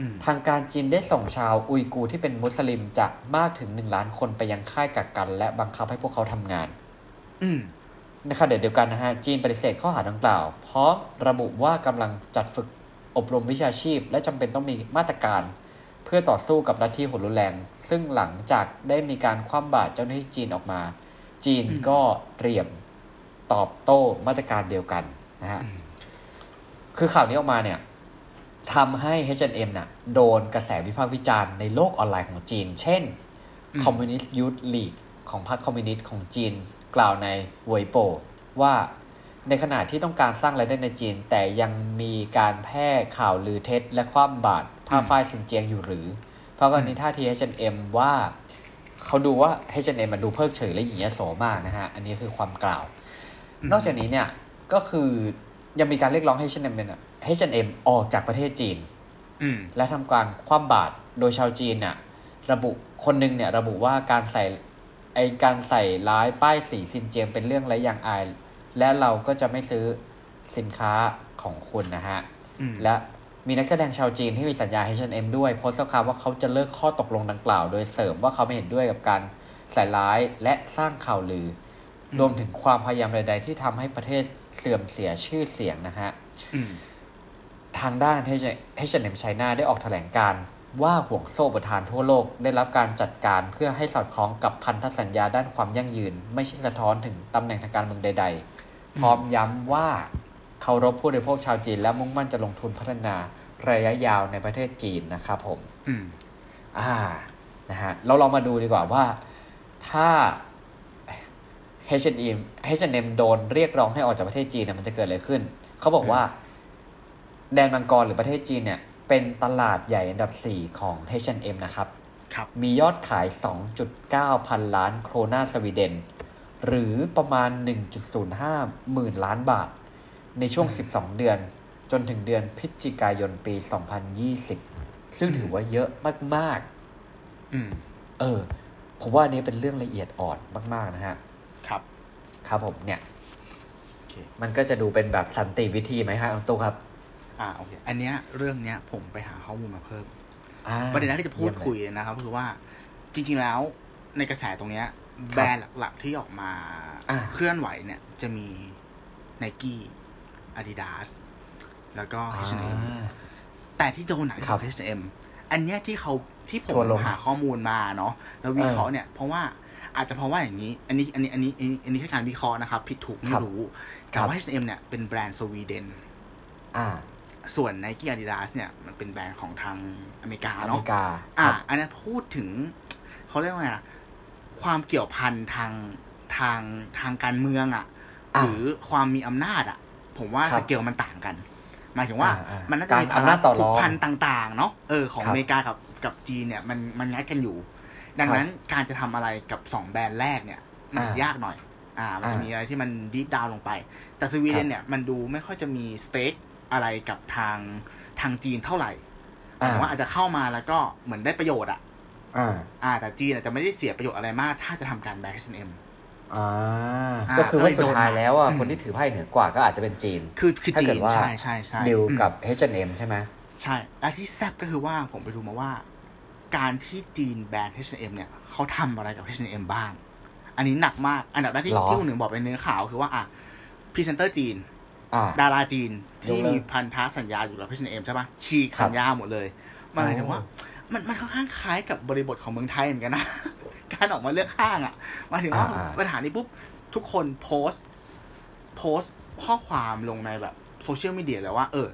Speaker 1: อืม
Speaker 2: ทางการจีนได้ส่งชาวอุยกูร์ที่เป็นมุสลิมจากมากถึง 1 ล้านคนไปยังค่ายกักกัน และบังคับให้พวกเขาทำงาน
Speaker 1: อืม
Speaker 2: ในขณะเดียวกันนะฮะจีนปฏิเสธข้อหาดังกล่าวพร้อมระบุว่ากำลังจัดฝึกอบรมวิชาชีพ และจำเป็นต้องมีมาตรการ เพื่อต่อสู้กับลัทธิหดรุนแรง ซึ่งหลังจากได้มีการคว่ำบาตรเจ้าหน้าที่จีนออกมา จีน
Speaker 1: อืม
Speaker 2: ก็เตรียมตอบโต้มาตรการเดียวกันนะฮะ
Speaker 1: อืม
Speaker 2: คือข่าวนี้ออกมาเนี่ยทำให้ H&M น่ะโดนกระแสวิพากษ์วิจารณ์ในโลกออนไลน์ของจีน เช่น
Speaker 1: อืม
Speaker 2: คอมมิวนิสต์ยูทลีกของพรรคคอมมิวนิสต์ของจีน กล่าวในเวยโปว่าในขณะที่ต้องการสร้างรายได้ในจีน แต่ยังมีการแพร่ข่าวลือเท็จ และความบาดผ้าฝ้ายสินเจียงอยู่หรือ เพราะกรณีท่าที H&M ว่า เขาดูว่า H&M มันดูเพิกเฉยและหยิ่งยโสมากนะฮะ อันนี้คือความกล่าว
Speaker 1: อืม
Speaker 2: นอกจากนี้เนี่ย ก็คือยังมีการเรียกร้องให้ H&M เนี่ย H&M ออกจากประเทศจีน
Speaker 1: อืม
Speaker 2: และทำการคว่ำบาตรโดยชาวจีนเนี่ยระบุคนหนึ่งเนี่ยระบุว่าการใส่ไอการใส่ร้ายป้ายสีซินเจียงเป็นเรื่องไร้ยางอาย และเราก็จะไม่ซื้อสินค้าของคุณนะฮะ
Speaker 1: อืม
Speaker 2: และมีนักแสดงชาวจีนที่มีสัญญา H&M ด้วยโพสต์ข้อความว่าเขาจะเลิกข้อตกลงดังกล่าว โดยเสริมว่าเขาไม่เห็นด้วยกับการใส่ร้ายและสร้างข่าวลือ
Speaker 1: อืม
Speaker 2: รวมถึงความพยายามใด ๆ ที่ทำให้ประเทศเสื่อมเสียชื่อเสียงนะฮะ
Speaker 1: อืม
Speaker 2: ทางด้าน H&M ไชน่าได้ออกแถลงการณ์ว่าห่วงโซ่อุประทานทั่วโลกได้รับการจัดการเพื่อให้สอดคล้องกับพันธสัญญาด้านความยั่งยืน ไม่ใช่สะท้อนถึงตำแหน่งทางการเมืองใด ๆ พร้อมย้ำว่าเคารพผู้บริโภคชาวจีนและมุ่งมั่นจะลงทุนพัฒนาระยะยาวในประเทศจีนนะครับผม
Speaker 1: อืม
Speaker 2: อ่า นะฮะ เราลองมาดูดีกว่าว่าถ้า H&M H&M โดนเรียกร้องให้ออกจากประเทศจีนเนี่ยมันจะเกิดอะไรขึ้น เขาบอกว่า แดนมังกรหรือประเทศจีนเนี่ย เป็นตลาดใหญ่อันดับ 4 ของ H&M นะครับ
Speaker 1: ครับ
Speaker 2: มียอดขาย 2.9 พันล้านโครนาสวีเดน หรือประมาณ 1.05 หมื่นล้านบาท ในช่วง
Speaker 1: อืม
Speaker 2: 12 เดือน จนถึงเดือนพฤศจิกายนปี 2020 ซึ่งถือว่าเยอะมาก
Speaker 1: อืม
Speaker 2: ๆ เออ ผมว่าอันนี้เป็นเรื่องละเอียดอ่อนมาก ๆ นะฮะ
Speaker 1: ครับ
Speaker 2: ครับผมเนี่ย
Speaker 1: โอเค
Speaker 2: มันก็จะดูเป็นแบบสันติวิธีไหมฮะน้องตุ๊กครับ
Speaker 1: อ่า โอเค อันเนี้ย เรื่องเนี้ย ผมไปหาข้อมูลมาเพิ่ม
Speaker 2: อ่า
Speaker 1: ประเด็นแรกที่จะพูด
Speaker 2: เมเล
Speaker 1: คุยนะครับก็คือว่าจริง ๆแล้วในกระแสตรงเนี้ย แบรนด์หลักๆที่ออกมา
Speaker 2: อ่า
Speaker 1: เคลื่อนไหวเนี่ยจะมี n i กี้ Adidas แล้วก็ H&M
Speaker 2: า
Speaker 1: แต่ที่โดนหนักที่
Speaker 2: ครั
Speaker 1: สุด
Speaker 2: บ
Speaker 1: H&M อันเนี้ยที่เขาที่ผม
Speaker 2: ทัวร์ลง
Speaker 1: หาข้อมูลมาเนาะแล้ววิเคราะห์เนี่ย เพราะว่าอาจจะเพราะว่าอย่างนี้ อันนี้อันนี้อันนี้อันนี้อันนี้แค่การวิเคราะห์นะครับ ผิดถูกไม่
Speaker 2: ครับ
Speaker 1: รู้แต่
Speaker 2: ครับ
Speaker 1: ว่า H&M เนี่ยเป็นแบรนด์สวีเดน
Speaker 2: อ่า
Speaker 1: ส่วน n i กี้ Adidas เนี่ยมันเป็นแบรนด์ของทางอเมริกา
Speaker 2: อเม
Speaker 1: เนาะ
Speaker 2: ริกาค
Speaker 1: อ่ะ
Speaker 2: รับ
Speaker 1: อันนั้นพูดถึง เขาเรียกว่าไงอะความเกี่ยวพันทางทางทางการเมืองอ่ะ
Speaker 2: อ่ะ
Speaker 1: หรือความมีอำนาจอ่ะ ผมว่า
Speaker 2: ครั
Speaker 1: ส
Speaker 2: บ
Speaker 1: เกลมันต่างกัน หมายถึงว่า
Speaker 2: อ่าอ่า
Speaker 1: มันน่าจะมี
Speaker 2: การอำนาจต่อรอง
Speaker 1: ผูกพันต่าง ๆ เนาะเออของ
Speaker 2: ครับ
Speaker 1: อเมริกากับกับจีนเนี่ยมันมันงัดกันอยู่ ดัง
Speaker 2: ครับ
Speaker 1: นั้นการจะทำอะไรกับสองแบรนด์แรกเนี่ยมัน
Speaker 2: อ่าย
Speaker 1: ยากหน่อย อ่า มันจะ
Speaker 2: อ่า
Speaker 1: มี
Speaker 2: มี
Speaker 1: อะไรที่มันดีฟดาวลงไป แต่สวีเด
Speaker 2: ครั
Speaker 1: น
Speaker 2: บ
Speaker 1: เนี่ยมันดูไม่ค่อยจะมีสเต็กอะไรกับทางทางจีนเท่าไหร่ หมาย
Speaker 2: อ่า
Speaker 1: ถึงว่าอาจจะเข้ามาแล้วก็เหมือนได้ประโยชน์อะ
Speaker 2: อ่า
Speaker 1: อ่า แต่จีนอาจจะไม่ได้เสียประโยชน์อะไรมาก ถ้าจะทำการแบ H&M
Speaker 2: อ่า
Speaker 1: อ่า
Speaker 2: ก็คือว่าสุด
Speaker 1: ก็เลยโดน
Speaker 2: ท้าย
Speaker 1: หนัก
Speaker 2: แล้วอ่ะ
Speaker 1: อืม
Speaker 2: คนที่ถือไพ่เหนือกว่าก็อาจจะเป็นจีน
Speaker 1: คือคือ
Speaker 2: ถ้า
Speaker 1: จี
Speaker 2: เกิ
Speaker 1: น
Speaker 2: ดว่า
Speaker 1: ใช่ใช่ใช่
Speaker 2: ดิว
Speaker 1: อืม
Speaker 2: กับ H&M ใช่ไหม
Speaker 1: ใช่และที่แซบก็คือว่าผมไปดูมาว่า การที่จีนแบน H&M เนี่ยเขาทำอะไรกับ H&M บ้าง อันนี้หนักมาก อันดับแรกที่ที่คุณหนึ่งบอกเป็นเนื้อข่าวคือว่าอ่ะพรีเซนเตอร์จีน
Speaker 2: อ่า
Speaker 1: ดาราจีนที่
Speaker 2: ยกเลิก
Speaker 1: มีพันธสัญญาอยู่กับ H&M ใช่ปะฉีก
Speaker 2: ครับ
Speaker 1: สัญญาหมดเลยมันหมายถึงว่า
Speaker 2: โอ้
Speaker 1: มันมันค่อนข้างคล้ายกับบริบทของเมืองไทยเหมือนกันนะ การออกมาเลือกข้างอ่ะหมายถึงว่า
Speaker 2: อ่าอ่า
Speaker 1: ปัญหานี้ปุ๊บ ทุกคนโพสต์ โพสต์ข้อความลงในแบบโซเชียลมีเดียแล้วว่า เออ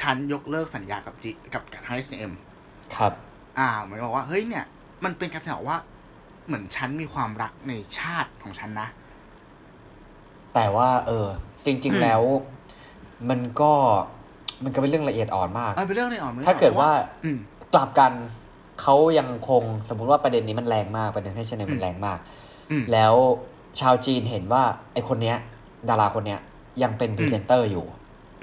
Speaker 1: ฉันยกเลิกสัญญากับจีกับกับ H&M
Speaker 2: ครับ
Speaker 1: อ่าเหมือนบอกว่า เฮ้ยเนี่ย มันเป็นการแสดงออกว่า เหมือนฉันมีความรักในชาติของฉันนะ
Speaker 2: แต่ว่าเออ จริง
Speaker 1: อืม
Speaker 2: ๆแล้ว มันก็มันก็เป็นเรื่องละเอียดอ่อนมาก
Speaker 1: มันเป็นเรื่องในอ่อนมันป็น
Speaker 2: ถ้าเกิดว่า
Speaker 1: อืม
Speaker 2: กลับกันเขายังคงสมมุติว่าประเด็นนี้มันแรงมากประเด็น H&M
Speaker 1: อื
Speaker 2: มั
Speaker 1: ม
Speaker 2: นแรงมาก
Speaker 1: อืม
Speaker 2: แล้วชาวจีนเห็นว่าไอคนเนี้ย ดาราคนเนี้ยยังเป็นพรีเซนเตอร์อยู่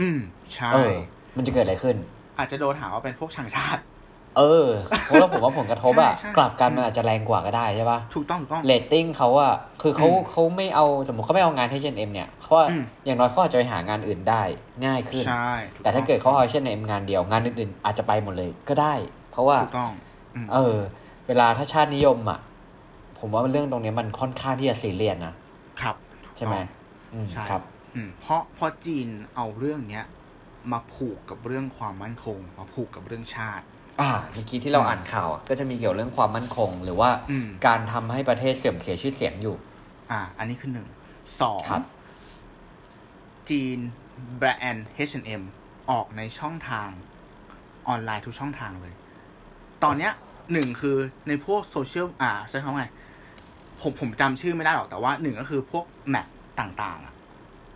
Speaker 1: อืมใช่
Speaker 2: เออ มันจะเกิดอะไรขึ้น
Speaker 1: อาจจะโดนหาว่าเป็นพวกช่างชาติ
Speaker 2: เออเพราะว่าผมว่าผลกระทบอะ
Speaker 1: ใช่ใช่
Speaker 2: กลับกันมันอาจจะแรงกว่าก็ได้ใช่ปะ
Speaker 1: ถูกต้องถูกต้อง
Speaker 2: เรตติ้งเขาอะคือเขา
Speaker 1: อืม
Speaker 2: เขาไม่เอาสมมติเขาไม่เอางานให้ H&M เนี่ยเขาว่า
Speaker 1: อืม
Speaker 2: อย่างน้อยเขาอาจจะไปหางานอื่นได้ง่ายขึ้น
Speaker 1: ใช่ถู
Speaker 2: แต่ถ้าเกิดเขาเอา H&M งานเดียวงานอื่นๆอาจจะไปหมดเลยก็ได้ เพราะว่า
Speaker 1: ถูกต้องอืม
Speaker 2: เออ เวลาถ้าชาตินิยมอะผมว่าเรื่องตรงเนี้ยมันค่อนข้างที่จะซีเรียสนะครับ ใช่ไหม
Speaker 1: ถูกต้อง
Speaker 2: อืม
Speaker 1: ใช่
Speaker 2: ครับ
Speaker 1: อืมเพราะเพราะจีนเอาเรื่องเนี้ย มาผูกกับเรื่องความมั่นคง มาผูกกับเรื่องชาติ
Speaker 2: อ่าเมื่อกี้ที่เราอ่านข่าวอะก็จะมีเกี่ยวเรื่องความมั่นคง หรือว่า
Speaker 1: อืม
Speaker 2: การทำให้ประเทศเสื่อมเสียชื่อเสียงอยู่
Speaker 1: อ่า อันนี้คือหนึ่งสอง
Speaker 2: ครับ
Speaker 1: จีนแบรนด์ H&M ออกในช่องทางออนไลน์ทุกช่องทางเลย ตอนเนี้ยหนึ่งคือในพวกโซเชียลอ่าใช้คำว่าไง ผมผมจำชื่อไม่ได้หรอกแต่ว่าหนึ่งก็คือพวกแมปต่างๆอะ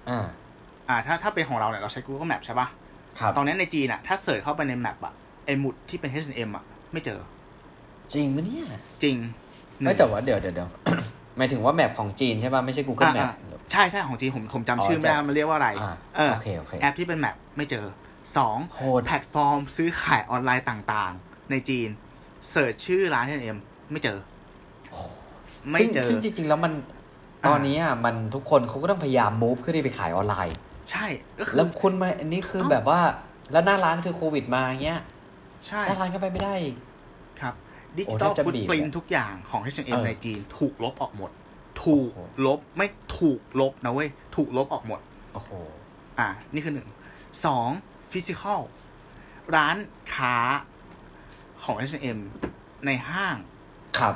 Speaker 2: อ่า
Speaker 1: อ่า ถ้าถ้าเป็นของเราเนี่ยเราใช้ Google Map ใช่ปะ
Speaker 2: ครับ
Speaker 1: ตอนนี้ในจีนอะถ้าเสิร์ชเข้าไปในแมปอะไอหมุดที่เป็น H&M อะไม่เจอ
Speaker 2: จริงปะเนี่ย
Speaker 1: จริงหนึ่ง
Speaker 2: เอ้ยแต่ว่าเดี๋ยวเดี๋ยวเดี๋ยว หมายถึงว่าแมปของจีนใช่ป่ะ ไม่ใช่ Google
Speaker 1: อ่ะ
Speaker 2: Map
Speaker 1: อ่ะใช่ใช่ของจีนผมผมจำชื่อไม่ได้ว่ามันเรียกว่าอะไร
Speaker 2: อ่า
Speaker 1: เออ
Speaker 2: โอเค โอเค
Speaker 1: แอปที่เป็นแมปไม่เจอสอง
Speaker 2: โหด
Speaker 1: แพลตฟอร์มซื้อขายออนไลน์ต่างๆ ในจีนเสิร์ชชื่อร้าน H&M ไม่เจอ ไม่เจอ
Speaker 2: ซึ่งซึ่งจริง ๆ แล้วมัน
Speaker 1: อ่า
Speaker 2: ตอนนี้อ่ะมันทุกคนเขาก็ต้องพยายามมูฟเพื่อที่ไปขายออนไลน์
Speaker 1: ใช่ก็คื
Speaker 2: แล้
Speaker 1: อ
Speaker 2: วคุณมาอันนี้คือ
Speaker 1: เอ้า
Speaker 2: แบบว่า แล้วหน้าร้านคือโควิดมาเงี้ย
Speaker 1: ใช่
Speaker 2: หน้าร้านก็ไปไม่ได้
Speaker 1: ครับดิจิตอล
Speaker 2: โอ้แทบจะ
Speaker 1: ฟุต
Speaker 2: บีบ
Speaker 1: ปริน
Speaker 2: เลย
Speaker 1: ทุกอย่างของ
Speaker 2: เอ
Speaker 1: H&M
Speaker 2: อ
Speaker 1: ในจีนถูกลบออกหมด ถูก
Speaker 2: โอ้โห
Speaker 1: ลบไม่ถูกลบนะเว้ยถูกลบออกหมด
Speaker 2: โอ้โห
Speaker 1: อ่ะนี่คือหนึ่งสองฟิสิกอลร้านค้าของ H&M ในห้าง
Speaker 2: ครับ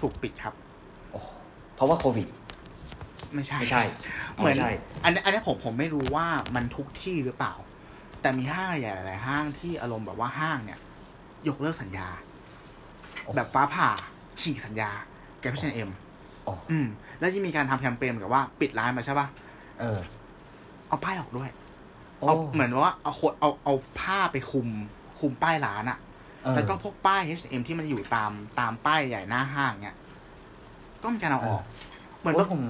Speaker 1: ถูกปิดครับ
Speaker 2: โอ้โหเพราะว่าโควิด
Speaker 1: ไม่ใช่
Speaker 2: ไม่ใช่
Speaker 1: เหมือน
Speaker 2: ไม่ใช่
Speaker 1: อันนี้อันนี้ผมผมไม่รู้ว่ามันทุกที่หรือเปล่า แต่มีห้างใหญ่หลายๆห้างที่อารมณ์แบบว่าห้างเนี่ย ยกเลิกสัญญา
Speaker 2: โอ้โห
Speaker 1: แบบฟ้าผ่าฉีกสัญญาแก H&M
Speaker 2: โอ้
Speaker 1: อืม แล้วยังมีการทำแคมเปญเหมือนกับว่าปิดร้านมาใช่ป่ะ
Speaker 2: เออ
Speaker 1: เอาป้ายออกด้วย
Speaker 2: โอ้
Speaker 1: เอาเหมือนว่าเอาขวดเอาเอาผ้าไปคุมคุมป้ายร้านอะ
Speaker 2: เออ
Speaker 1: แล้วก็พวกป้าย H&M ที่มันอยู่ตามตามป้ายใหญ่หน้าห้างเนี่ยก็มีการเอาออก เหมือน
Speaker 2: โอ้
Speaker 1: ว่าย
Speaker 2: ผม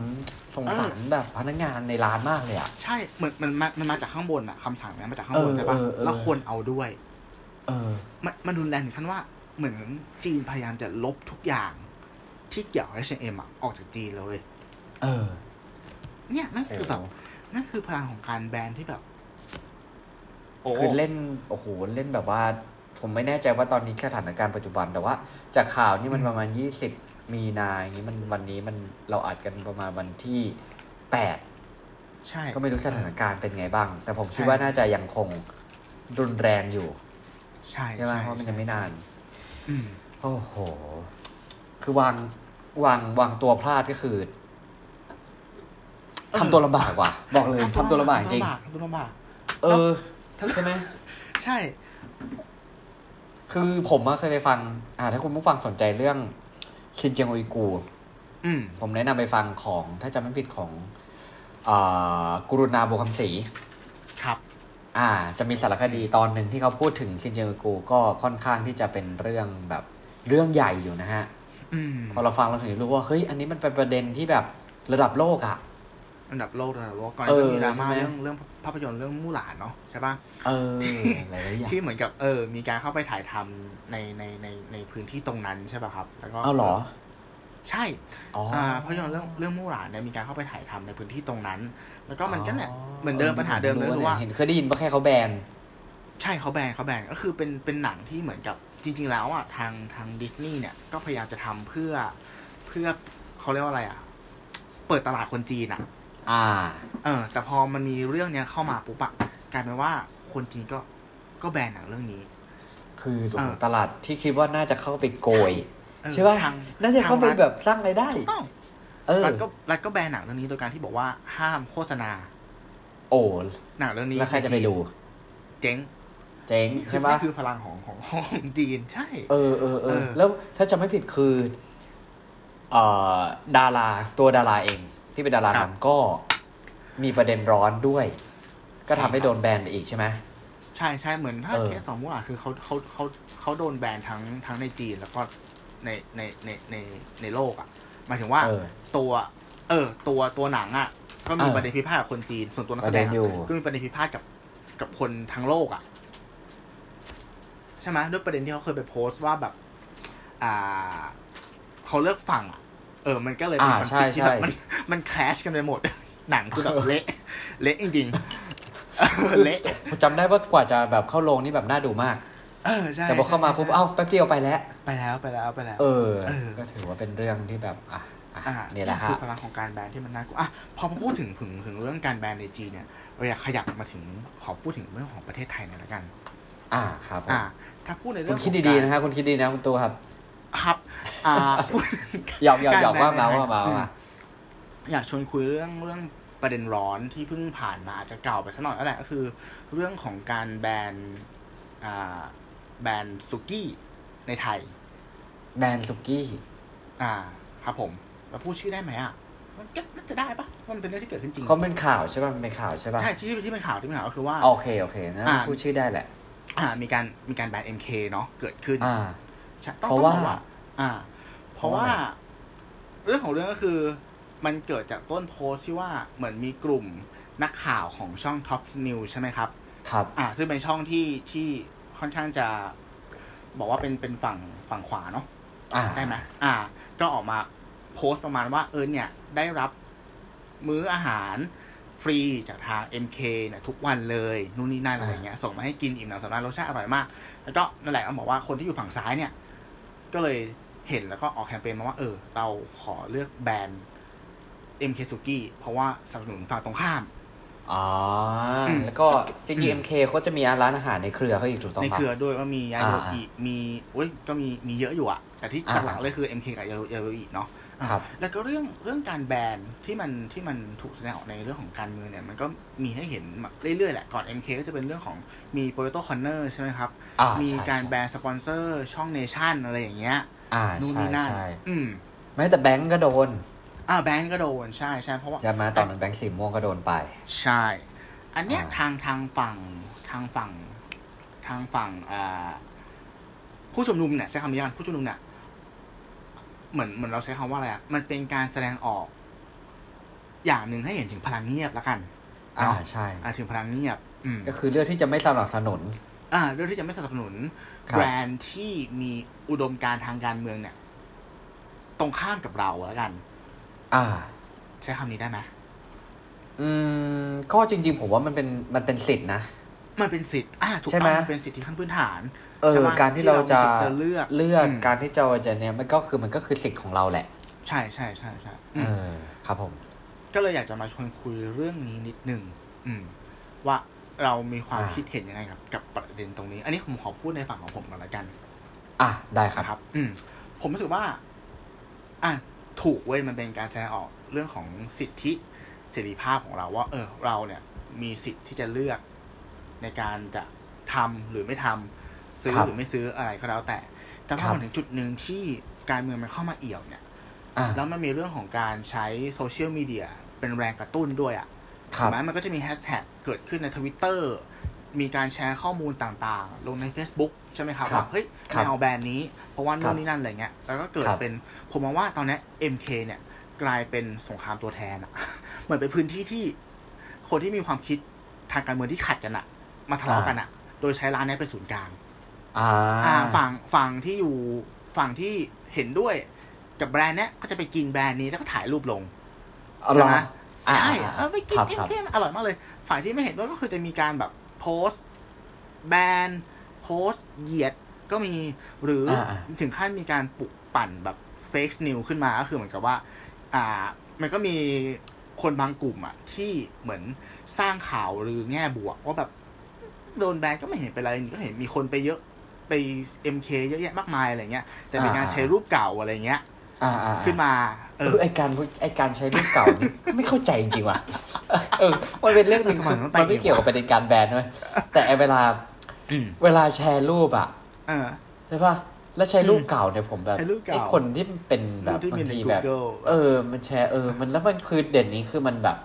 Speaker 2: สงสารแบบพนักงานในร้านมากเลยอ่ะ
Speaker 1: ใช่เหมือนมันมามันมาจากข้างบนอะคำสั่งเนี้ยมาจากข้างบน
Speaker 2: เออ
Speaker 1: ใช่ปะ
Speaker 2: เออเออ
Speaker 1: แล้วคนเอาด้วย
Speaker 2: เออ
Speaker 1: มันมันรุนแรงถึงขั้นว่าเหมือนจีนพยายามจะลบทุกอย่าง ที่เกี่ยวกับ H&M อะออกจากจีนเลย
Speaker 2: เออ
Speaker 1: เนี่ยนั่นคือแบบนั่นคือพลังของการแบนที่แบบ โอ้
Speaker 2: คือเล่นโอ้โหเล่นแบบว่า ผมไม่แน่ใจว่าตอนนี้สถานการณ์ปัจจุบันแต่ว่า จากข่าวนี่มัน
Speaker 1: อืม
Speaker 2: ประมาณยี่สิบมีนาอย่างนี้มันวันนี้มันเราอัดกันประมาณวันที่แปด
Speaker 1: ใช่
Speaker 2: ก็ไม่รู้สถานการณ์เป็นไงบ้าง แต่ผมคิด
Speaker 1: ใช่
Speaker 2: ว่าน่าจะยังคงรุนแรงอยู่
Speaker 1: ใช่
Speaker 2: ใช่ไหมเพราะมันยังไม่นาน
Speaker 1: อืม
Speaker 2: โอ้โห คือวางวางวางตัวพลาดก็คือ
Speaker 1: เออ
Speaker 2: ทำตัวลำบากว่ะ บอกเลยทำตัวลำบากจริง
Speaker 1: ทำตัวลำบาก
Speaker 2: เออใช่ไหม
Speaker 1: ใช่
Speaker 2: คือผมอะเคยไปฟัง อ่า ถ้าคุณผู้ฟังสนใจเรื่องชินเจียงอุยกูร์
Speaker 1: อืม
Speaker 2: ผมแนะนำไปฟังของ ถ้าจำไม่ผิดของอ่ากรุณาบุญคำศรี
Speaker 1: ครับ
Speaker 2: อ่า จะมีสารคดีตอนหนึ่งที่เขาพูดถึงชินเจียงอุยกูร์ก็ค่อนข้างที่จะเป็นเรื่องแบบเรื่องใหญ่อยู่นะฮะ
Speaker 1: อืม
Speaker 2: พอเราฟังเราถึงรู้ว่าเฮ้ยอันนี้มันเป็นประเด็นที่แบบระดับโลกอะ
Speaker 1: อันดับโลกระดับโลกก่อน
Speaker 2: เออ
Speaker 1: ก็มีดราม่า
Speaker 2: ใช่ไหม
Speaker 1: เรื่องเรื่องภาพยนตร์เรื่องมู่หลานเนาะใช่ปะ
Speaker 2: เอ อ หลายๆอย่าง
Speaker 1: ที่เหมือนกับเออ มีการเข้าไปถ่ายทำในในในในพื้นที่ตรงนั้นใช่ป่ะครับ แล้วก็
Speaker 2: เอาเหรอ
Speaker 1: ใช่
Speaker 2: อ๋อ
Speaker 1: อ่าภาพยนตร์เรื่องเรื่องมู่หลานเนี่ยมีการเข้าไปถ่ายทำในพื้นที่ตรงนั้น แล้วก็มันก็เนี่ย
Speaker 2: อ๋อ
Speaker 1: เหมือนเดิมปัญหาเดิมเลยคื
Speaker 2: รู้
Speaker 1: อว่า
Speaker 2: นี่เห็นเคยได้ยินว่าแค่เขาแบน
Speaker 1: ใช่เขาแบนเขาแบนก็คือเป็นเป็นหนังที่เหมือนกับจริง ๆ แล้วอ่ะทางทางดิสนีย์เนี่ยก็พยายามจะทำเพื่อเพื่อเขาเรียกว่าอะไรอ่ะ เปิดตลาดคนจีนอ่ะ
Speaker 2: อ่า
Speaker 1: เออ แต่พอมันมีเรื่องเนี้ยเข้ามาปุ๊บอะกลายเป็นว่าคนจีนก็ก็แบนหนังเรื่องนี้
Speaker 2: คือ
Speaker 1: เออ
Speaker 2: ตลาดที่คิดว่าน่าจะเข้าไปโกย
Speaker 1: เออ
Speaker 2: ใช่ป่ะ
Speaker 1: ทาง
Speaker 2: น่าจะเข้าไป
Speaker 1: ทงรัฐ
Speaker 2: แบบสร้างรายได้
Speaker 1: ถูกต้อง
Speaker 2: เออ
Speaker 1: รัฐก็รัฐก็แบนหนังเรื่องนี้โดยการที่บอกว่าห้ามโฆษณา
Speaker 2: โอ้
Speaker 1: หนังเรื่องนี้
Speaker 2: แล้วใครจะไปดู
Speaker 1: เจ๊ง
Speaker 2: เจ๊ง
Speaker 1: นี่คือ
Speaker 2: ใช่ ป่ะ
Speaker 1: นี่คือพลังของของของจีนใช่
Speaker 2: เออเออเอ
Speaker 1: เอ
Speaker 2: อ
Speaker 1: อ
Speaker 2: แล้วถ้าจำไม่ผิดคือเอ่อดาราตัวดาราเอง ที่เป็นดารานำก็มีประเด็นร้อนด้วย ก็ทำให้โดนแบนไปอีกใช่ไหม
Speaker 1: ใช่ใช่เหมือนถ้า
Speaker 2: เออ
Speaker 1: เคสสองมู่หลานคือเขาเขาเขาเขาโดนแบนทั้งทั้งในจีนแล้วก็ในในในในในโลกอ่ะหมายถึงว่า
Speaker 2: เออ
Speaker 1: ตัว เออ ตัวตัวหนังอ่ะ ก็มี
Speaker 2: เออ
Speaker 1: ประเด็นพิพาทกับคนจีน ส่วนตัวนักแสดง
Speaker 2: ประเด็น
Speaker 1: อะ
Speaker 2: อยู่
Speaker 1: ก็มีประเด็นพิพาทกับกับคนทั้งโลกอ่ะ ใช่ไหมยด้วยประเด็นที่เขาเคยไปโพสต์ว่าแบบ อ่าเขาเลือกฝั่งอ่ะ เออ มันก็เลยเป็น
Speaker 2: อ่า
Speaker 1: คอน
Speaker 2: ใช่
Speaker 1: ฟ lict ที่แบบ
Speaker 2: ใช่
Speaker 1: มันมันแคชกันไปหมด หนังคือแบบเละเละจริงๆเละ
Speaker 2: ผมจำได้ว่ากว่าจะแบบเข้าโรงนี่แบบน่าดูมาก
Speaker 1: เออใช่
Speaker 2: แต่พอเข้ามาปุ๊บเอ้าแป๊บเดียวไปแล้ว
Speaker 1: ไปแล้วไปแล้วไปแล้ว
Speaker 2: เออ
Speaker 1: เออ
Speaker 2: ก็ถือว่าเป็นเรื่องที่แบบ อ่ะอ่ะ
Speaker 1: อ่า
Speaker 2: เนี่ยแหละฮะ
Speaker 1: คือพลังของการแบนที่มันน่ากลัวอ่ะพอมาพูดถึงถึงถึงเรื่องการแบนในจีนเนี่ยเราอยากขยับมาถึงขอพูดถึงเรื่องของประเทศไทยหน่อยละกัน
Speaker 2: อ่าครับผม
Speaker 1: อ่า ถ้าพูดในเรื่
Speaker 2: คุ
Speaker 1: อ
Speaker 2: ณ
Speaker 1: ง
Speaker 2: คิด
Speaker 1: ของ
Speaker 2: ดี
Speaker 1: การ
Speaker 2: ๆนะฮะคุณคิดดีนะคุณตัวครับ
Speaker 1: ครับ อ่าพูด
Speaker 2: หยอกหยอกหยอก
Speaker 1: การ
Speaker 2: ว่า
Speaker 1: แบ
Speaker 2: มาน ว่ามา
Speaker 1: อืม
Speaker 2: ว่า
Speaker 1: อยากชวนคุยเรื่องเรื่องประเด็นร้อนที่เพิ่งผ่านมาอาจจะเก่าไปสักหน่อยแล้วแหละก็คือ เรื่องของการแบนอ่าแบนสุกี้ในไทย
Speaker 2: แบรนด์สุกี้
Speaker 1: อ่า ครับผมเราพูดชื่อได้ไหมอ่ะมันก็น่าจะได้ปะว่ามันเป็นเรื่องที่เกิดขึ้นจริง
Speaker 2: เขาเป็นข่าวใช่ป่ะมันเป็นข่าวใช่ป่ะ
Speaker 1: ใช่ที่ที่เป็นข่าวที่เป็นข่าวก็คือว่า
Speaker 2: โอเคโอเคนะ
Speaker 1: อ่า
Speaker 2: พูดชื่อได้แหละ
Speaker 1: อ่ามีการมีการแบน MK เนาะเกิดขึ้น
Speaker 2: อ่า
Speaker 1: ใช่ต้อง
Speaker 2: เพราะ
Speaker 1: ต้องบอก
Speaker 2: ว่า
Speaker 1: อ่า เพราะว่า
Speaker 2: เพราะว่า
Speaker 1: เรื่องของเรื่องก็คือ มันเกิดจากต้นโพสต์ที่ว่าเหมือนมีกลุ่มนักข่าวของช่อง Top News ใช่ไหมครับ
Speaker 2: ครับ
Speaker 1: อ่า ซึ่งเป็นช่องที่ที่ค่อนข้างจะ บอกว่าเป็นเป็นฝั่งฝั่งขวาเนาะ
Speaker 2: อ่า
Speaker 1: ได้ไหมอ่า ก็ออกมาโพสต์ประมาณว่าเออเนี่ย ได้รับมื้ออาหารฟรีจากทาง MK เนี่ยทุกวันเลยนู่นนี่นั่นอะไรเงี้ยส่งมาให้กินอิ่มหนำสำราญรสชาติอร่อยมาก แล้วก็นั่นแหละเขาบอกว่าคนที่อยู่ฝั่งซ้ายเนี่ย ก็เลยเห็นแล้วก็ออกแคมเปญมาว่า เออ เราขอเลือกแบรนด์ MK Suki เพราะว่าสนับสนุนฝั่งตรงข้าม
Speaker 2: อ๋ออ
Speaker 1: ม
Speaker 2: แล้วก็จริง
Speaker 1: อื
Speaker 2: ๆ
Speaker 1: ม
Speaker 2: MK เขาจะมีร้านอาหารในเครือเขาอีกถูกต้อง
Speaker 1: ใน
Speaker 2: ปะ
Speaker 1: เครือด้วยก็มียาโยอิ
Speaker 2: อ่า
Speaker 1: มีโอ้ยก็มีมีเยอะอยู่อะแต่ที่
Speaker 2: อ่า
Speaker 1: หลักๆเลยคือ MK กับยาโยยาโยอิเนาะอ่ะ
Speaker 2: ครับ
Speaker 1: แล้วก็เรื่องเรื่องการแบนที่มันที่มันถูกแสดงออกในเรื่องของการเมืองเนี่ย มันก็มีให้เห็นมาเรื่อยๆแหละก่อน MK ก็จะเป็นเรื่องของมีโปรโตคอนเนอร์ใช่ไหมครับ
Speaker 2: อ่า
Speaker 1: มี
Speaker 2: ใช่
Speaker 1: การ
Speaker 2: ใช่
Speaker 1: แบนสปอนเซอร์ช่องเนชั่นอะไรอย่างเงี้ย
Speaker 2: อ่า
Speaker 1: นู่น
Speaker 2: ใช่
Speaker 1: นี่นั่น
Speaker 2: ใช่
Speaker 1: อืม
Speaker 2: แม้แต่แบงก์ก็โดน
Speaker 1: อ่าแบงก์ก็โดนใช่ใช่เพราะว่า
Speaker 2: จะมาตอนนั้นแบงก์สีม่วงก็โดนไป
Speaker 1: ใช่ อันเนี้ย
Speaker 2: อ่า
Speaker 1: ทางทางฝั่งทางฝั่ง ทางฝั่งอ่า ผู้ชุมนุมเนี่ยใช้คำนี้กันผู้ชุมนุมเนี่ยเหมือนเหมือนเราใช้คำว่าอะไรอ่ะมันเป็นการแสดงออก อย่างหนึ่งให้เห็นถึงพลังเงียบละกัน
Speaker 2: อ่า
Speaker 1: เนะ
Speaker 2: ใช่
Speaker 1: อ่าถึงพลังเงียบ อืม
Speaker 2: ก็คือเลือกที่จะไม่สนับสนุน
Speaker 1: อ่าเรื่องที่จะไม่สนับสนุน
Speaker 2: ครับ
Speaker 1: แบรนด์ที่มีอุดมการณ์ทางการเมืองเนี่ย ตรงข้ามกับเราแล้วกัน
Speaker 2: อ่า
Speaker 1: ใช้คำนี้ได้ไหม
Speaker 2: อืม ก็จริง ๆ ผมว่ามันเป็นมันเป็นสิทธินะ
Speaker 1: มันเป็นสิทธิ์อ่าถูก
Speaker 2: ใช่
Speaker 1: ต้
Speaker 2: ไหม
Speaker 1: องมันเป็นสิทธิขั้นพื้นฐาน
Speaker 2: เอ
Speaker 1: ใช่
Speaker 2: อ
Speaker 1: ไหม
Speaker 2: การที่เราจะ
Speaker 1: ที่เรามีสิทธิ์จะเลือก
Speaker 2: เลือก
Speaker 1: อืม
Speaker 2: การที่จะจะเนี่ยมันก็คือมันก็คือสิทธิ์ของเราแหละ
Speaker 1: ใช่ใช่ใช่ใช่อื
Speaker 2: เอ
Speaker 1: ม
Speaker 2: อครับผม
Speaker 1: ก็เลยอยากจะมาชวนคุยเรื่องนี้นิดหนึ่งอืม ว่าเรามีความ
Speaker 2: อ่า
Speaker 1: คิดเห็นยังไงกับ กับประเด็นตรงนี้ อันนี้ผมขอพูดในฝั่งของผมก่อนละกัน
Speaker 2: อ่ะได้ครับ
Speaker 1: นะครับ อืม ผมรู้สึกว่า อ่ะ ถูกเว้ย มันเป็นการแสดงออกเรื่องของสิทธิเสรีภาพของเราว่า เออ เราเนี่ย มีสิทธิ์ที่จะเลือกในการจะทำหรือไม่ทำซื้อ
Speaker 2: ครับ
Speaker 1: หรือไม่ซื้ออะไรก็แล้วแต่ แต่พ
Speaker 2: ครั
Speaker 1: อบ มาถึงจุดหนึ่งที่การเมืองมันเข้ามาเอี่ยวเนี่ย
Speaker 2: อ่า
Speaker 1: แล้วมันมีเรื่องของการใช้โซเชียลมีเดียเป็นแรงกระตุ้นด้วยอ่ะ
Speaker 2: ค
Speaker 1: ถู
Speaker 2: รั
Speaker 1: ก
Speaker 2: บ
Speaker 1: ไหมมันก็จะมีแฮชแท็กเกิดขึ้นในทวิตเตอร์มีการแชร์ข้อมูลต่างๆ ลงใน Facebook ใช่ไหมครับ
Speaker 2: ครับ
Speaker 1: ว่าเฮ้ย
Speaker 2: ครับ
Speaker 1: ไม่เอาแบรนด์นี้ เพราะว่า
Speaker 2: ครั
Speaker 1: นู่
Speaker 2: บ
Speaker 1: นนี่นั่นอะไรเงี้ย แล้วก็เกิด
Speaker 2: ครับ
Speaker 1: เป็น ผมมองว่าตอนเนี้ย MK เนี่ย กลายเป็นสงครามตัวแทนอะ เหมือนเป็นพื้นที่ที่คนที่มีความคิดทางการเมืองที่ขัดกันอะมาทะเลาะ
Speaker 2: อ่ากั
Speaker 1: กันอะโดยใช้ร้านเนี้ยเป็นศูนย์กลาง
Speaker 2: อ่า
Speaker 1: อ่าฝั่งฝั่งที่อยู่ฝั่งที่เห็นด้วยกับแบรนด์เนี้ยก็จะไปกินแบรนด์นี้แล้วก็ถ่ายรูปลง
Speaker 2: เอาเหรอ
Speaker 1: ใช่ไหม
Speaker 2: อ่า
Speaker 1: ใช่
Speaker 2: อ่า
Speaker 1: เออไปกิน
Speaker 2: ครับ
Speaker 1: เอ็
Speaker 2: ครับ
Speaker 1: เอร่อยมากเลย ฝ่ายที่ไม่เห็นด้วยก็คือจะมีการแบบโพสต์ แบนโพสต์เหยียดก็มีหรืออา ถึงขั้นมีการปลุกปั่นแบบเฟกนิวขึ้นมาก็คือเหมือนกับว่า อ่า มันก็มีคนบางกลุ่มอะที่เหมือนสร้างข่าวหรือแง่บวกว่าแบบโดนแบนก็ไม่เห็นเป็นไรนี่ก็เห็นมีคนไปเยอะไป MK เยอะแยะมากมายอะไรเงี้ย แต่เป็นการใช้รูปเก่าอะไรเงี้ย
Speaker 2: อ่าอ่า
Speaker 1: ขึ้นมา
Speaker 2: เออไอการไอการใช้รูปเก่านี่ ไม่เข้าใจจริงๆว่ะเออมันเป็นเรื่องหนึ่ง
Speaker 1: ทำไมมันไป
Speaker 2: มันไม่เกี่ยวกับประเด็นการแบนด้วยแต่ไอ้เวลา
Speaker 1: อืม
Speaker 2: เวลาแชร์รูปอ่ะ
Speaker 1: เออ
Speaker 2: ใช่ป่ะ แล้วใช้รูปเก่าเนี่ยผมแบบ
Speaker 1: ใช้รูปเก่า
Speaker 2: ไอ้คนที่เป็นแบ
Speaker 1: รู
Speaker 2: บ
Speaker 1: ปที่มี
Speaker 2: บาง
Speaker 1: ใน
Speaker 2: ที
Speaker 1: Google
Speaker 2: แบบ เออ มันแชร์เออ มันแล้วมันคือเด่นนี้คือมันแบบ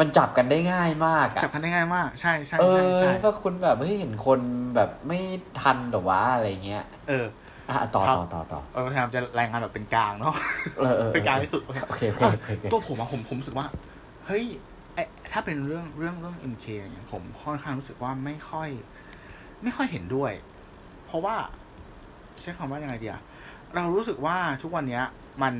Speaker 2: มันจับกันได้ง่ายมากอะ
Speaker 1: จับกันได้ง่ายมาก ใช่ใช่
Speaker 2: เออ
Speaker 1: ใช่ใช่
Speaker 2: ว่าคุณแบบเฮ้ยเห็นคนแบบไม่ทันหรอวะอะไรเงี้ย
Speaker 1: เออ
Speaker 2: อ่ะต่อ
Speaker 1: ครับ
Speaker 2: ต่อต่อต่อ
Speaker 1: เราพยายามจะรายงานแบบเป็นกลางเนาะ
Speaker 2: เออเออ
Speaker 1: เป็นกลาง
Speaker 2: โอ
Speaker 1: ที่สุดโอเค
Speaker 2: เคโอเคโอเคโอเค
Speaker 1: ตัวผมอะผมผมรู้สึกว่า เฮ้ยไอถ้าเป็นเรื่องเรื่องเรื่อง MK เนี่ยผมค่อนข้างรู้สึกว่าไม่ค่อย ไม่ค่อยเห็นด้วย เพราะว่าใช้คำว่ายังไงดีอะเรารู้สึกว่าทุกวันเนี้ย มัน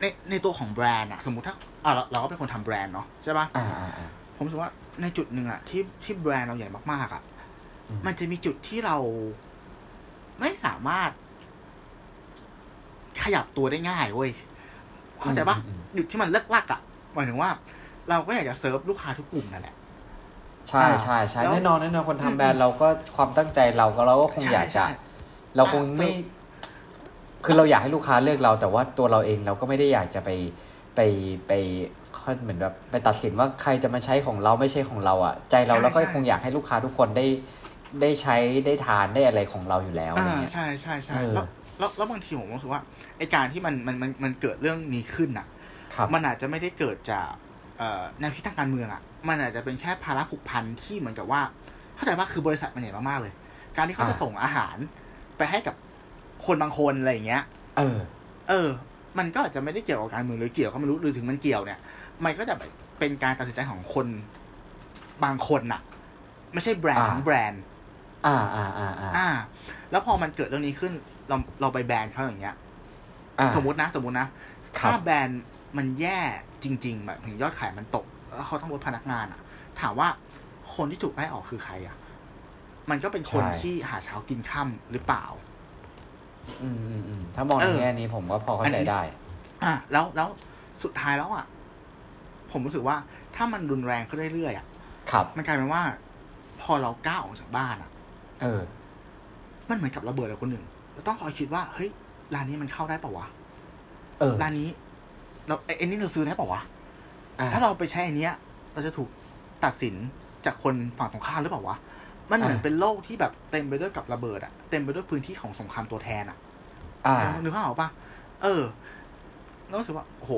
Speaker 1: ในในตัวของแบรนด์อะสมมติถ้าอ่ะเราเราก็เป็นคนทำแบรนด์เนาะใช่ปะ
Speaker 2: อ่าอ่าอ่า
Speaker 1: ผมรู้สึกว่าในจุดหนึ่งอะที่ที่แบรนด์เราใหญ่มากๆอะ
Speaker 2: อืม
Speaker 1: มันจะมีจุดที่เราไม่สามารถ ขยับตัวได้ง่ายเว้ยเข้าใจปะ
Speaker 2: อืมอืม
Speaker 1: จุดที่มันเลิกลักอะหมายถึงว่า เราก็อยากจะเซิร์ฟลูกค้าทุกกลุ่มนั่นแหละ
Speaker 2: ใช่ใช่ใช่
Speaker 1: แล้ว
Speaker 2: แน่นอนแน่นอนคนทำแบรนด์เราก็ความตั้งใจเราก็เราก็คง
Speaker 1: ใช่
Speaker 2: อยากจะ
Speaker 1: ใช่
Speaker 2: เราคงไม่
Speaker 1: อ่ะ
Speaker 2: คือเราอยากให้ลูกค้าเลือกเรา แต่ว่าตัวเราเองเราก็ไม่ได้อยากจะไปไปไปค่อยเหมือนแบบไปตัดสินว่าใครจะมาใช้ของเราไม่ใช่ของเราอ่ะใจเรา
Speaker 1: ใช่
Speaker 2: เราก็
Speaker 1: ใช่
Speaker 2: คงอยากให้ลูกค้าทุกคนได้ได้ใช้ได้ทานได้อะไรของเราอยู่แล้วอะไร
Speaker 1: อ่า
Speaker 2: เงี้ย
Speaker 1: ใช่ใช่ใช่
Speaker 2: เออ
Speaker 1: แล้วแล้วแล้วบางทีผมรู้สึกว่าไอการที่มันมันมันมันเกิดเรื่องนี้ขึ้นอะ
Speaker 2: ครับ
Speaker 1: มันอาจจะไม่ได้เกิดจากเอ่อแนวคิดทางการเมืองอะ่ะ มันอาจจะเป็นแค่ภาระผูกพันที่เหมือนกับว่า เข้าใจว่าคือบริษัทมันใหญ่มากๆเลย การที่เขาจะ
Speaker 2: อ่า
Speaker 1: ส่งอาหารไปให้กับคนบางคนอะไรอย่างเงี้ย
Speaker 2: เออ
Speaker 1: เออ มันก็อาจจะไม่ได้เกี่ยวกับการเมืองหรือเกี่ยวก็ไม่รู้หรือถึงมันเกี่ยวเนี่ย มันก็จะเป็นการตัดสินใจของคนบางคนน่ะ ไม่ใช่แบรนด์
Speaker 2: อ่า
Speaker 1: ทั้งแบรนด์
Speaker 2: อ่าอ่าอ่าอ่า
Speaker 1: อ่า แล้วพอมันเกิดเรื่องนี้ขึ้น เราเราไปแบนเขาอย่างเงี้ย
Speaker 2: อ่า
Speaker 1: สมมตินะ สมมตินะ
Speaker 2: ครับ
Speaker 1: ถ้าแบรนด์มันแย่จริง ๆ แบบถึงยอดขายมันตก แล้วเขาต้องลดพนักงานอะ่ะ ถามว่าคนที่ถูกไล่ออกคือใครอะ่ะ มันก็เป็นคน
Speaker 2: ใช่
Speaker 1: ที่หาเช้ากินค่าหรือเปล่า
Speaker 2: อืมอืมอืมถ้ามองใน
Speaker 1: เออ
Speaker 2: แง่นี้ผมก็พอเข้าใจ
Speaker 1: อันนี้
Speaker 2: ได้
Speaker 1: อ่ะแล้วแล้วสุดท้ายแล้วอะ่ะ ผมรู้สึกว่าถ้ามันรุนแรงขึ้นเรื่อยๆอะ่ะ
Speaker 2: ครับ
Speaker 1: มันกลายเป็นว่า พอเราก้าวออกจากบ้านอะ่ะ
Speaker 2: เออ
Speaker 1: มันเหมือนกับระเบิดอะไรคนหนึ่งเราต้องคอยคิดว่าเฮ้ยร้านนี้มันเข้าได้ปะวะ
Speaker 2: เออ
Speaker 1: ร้านนี้เราไอ้ไอ้นี่เราซื้อได้ปะวะ
Speaker 2: อ่า
Speaker 1: ถ้าเราไปใช้อันเนี้ย เราจะถูกตัดสินจากคนฝั่งตรงข้ามหรือเปล่าวะ มันเหมือน
Speaker 2: อ่า
Speaker 1: เป็นโลกที่แบบเต็มไปด้วยกับระเบิดอะเต็มไปด้วยพื้นที่ของสงครามตัวแทนอะ
Speaker 2: อ่า
Speaker 1: นึกภาพออกปะเออแล้วรู้สึกว่าโอ้โห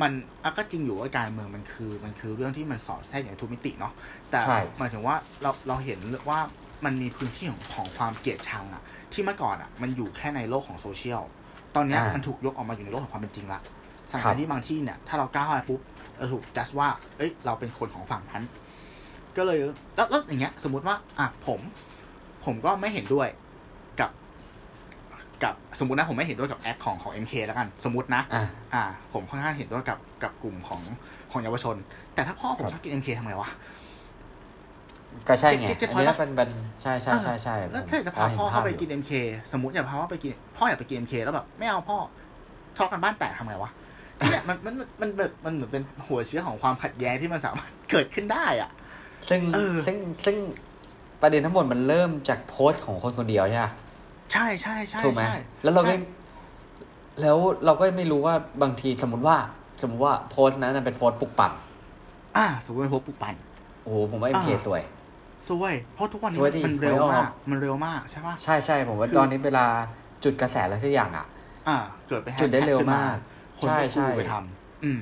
Speaker 1: มันอ่ะก็จริงอยู่ว่าการเมืองมันคือ มันคือเรื่องที่มันสอดแทรกอย่างทุกมิติเนาะ แต่
Speaker 2: ใช่
Speaker 1: หมายถึงว่าเราเราเห็นว่า มันมีพื้นที่ของของความเกลียดชังอะที่เมื่อก่อนอะมันอยู่แค่ในโลกของโซเชียล ตอนเนี้ย
Speaker 2: อ่ามั
Speaker 1: มันถูกยกออกมาอยู่ในโลกของความเป็นจริงละสัง
Speaker 2: ค
Speaker 1: ครับ มที่บางที่เนี่ย ถ้าเราก้าวเข้าไปปุ๊บเราถูกจัดว่า เอ้ย เราเป็นคนของฝั่งนั้น ก็เลยแล้วแล้วอย่างเงี้ย สมมติว่า อ่ะผม ผมก็ไม่เห็นด้วยกับ กับสมมตินะผมไม่เห็นด้วยกับแอคของของ MK แล้วกัน สมมตินะ
Speaker 2: อ่ะ
Speaker 1: อ่า ผมค่อนข้างเห็นด้วยกับกับกลุ่มของของเยาวชน แต่ถ้าพ่อผม
Speaker 2: ครับ
Speaker 1: ชอบกิน MK ทำไงวะ
Speaker 2: ก็ใช่ไง
Speaker 1: เก็ตเก็ต
Speaker 2: อัน
Speaker 1: พอ
Speaker 2: นี้
Speaker 1: ยต์ปะ
Speaker 2: เป็นเป็นใช่ใช่ใช่ใช่
Speaker 1: แล้วถ้าจะพาพ่อเข้าไปกิน MK สมมติอย่าพาพ่อไปกินพ่ออยากไปกิน MK แล้วแบบไม่เอาพ่อทะเลาะกันบ้านแตกทำไงวะเนี่ยมันมันมันมันแบบมันเหมือนเป็นหัวเชื้อของความขัดแย้งที่มันสามารถเกิดขึ้นได้อ่ะ
Speaker 2: ซึ่ง
Speaker 1: เออ
Speaker 2: ซึ่งซึ่งประเด็นทั้งหมดมันเริ่มจากโพสต์ของคนคนเดียวใช่ปะ
Speaker 1: ใช่ใช่ใช่
Speaker 2: ถูกไหม
Speaker 1: ใช่
Speaker 2: แล้วเราก็
Speaker 1: ใช่
Speaker 2: แล้วเราก็ไม่รู้ว่าบางทีสมมติว่า สมมติว่าโพสต์นั้นนะเป็นโพสต์ปลุกปั่น
Speaker 1: อ่าสมมติเป็นพวกปลูกปั่น
Speaker 2: โอ้โหผมว่าเอ็มเค
Speaker 1: อ่า
Speaker 2: สวย
Speaker 1: ซวยเพราะทุกวันนี้
Speaker 2: ซวยดิ
Speaker 1: มันเร็ว
Speaker 2: หวยออก
Speaker 1: มากมันเร็วมากใช่ป่ะ
Speaker 2: ใช่ใช่ผมว่า
Speaker 1: คือ
Speaker 2: ตอนนี้เวลาจุดกระแสอะไรสักอย่างอ่ะ
Speaker 1: อ่า เกิดไปแฮช
Speaker 2: จุดได้
Speaker 1: แท็ก
Speaker 2: เร็ว
Speaker 1: ขึ้นมาม
Speaker 2: าก
Speaker 1: คน
Speaker 2: ใช่
Speaker 1: ก็
Speaker 2: ใช่
Speaker 1: ชูไปทำอืม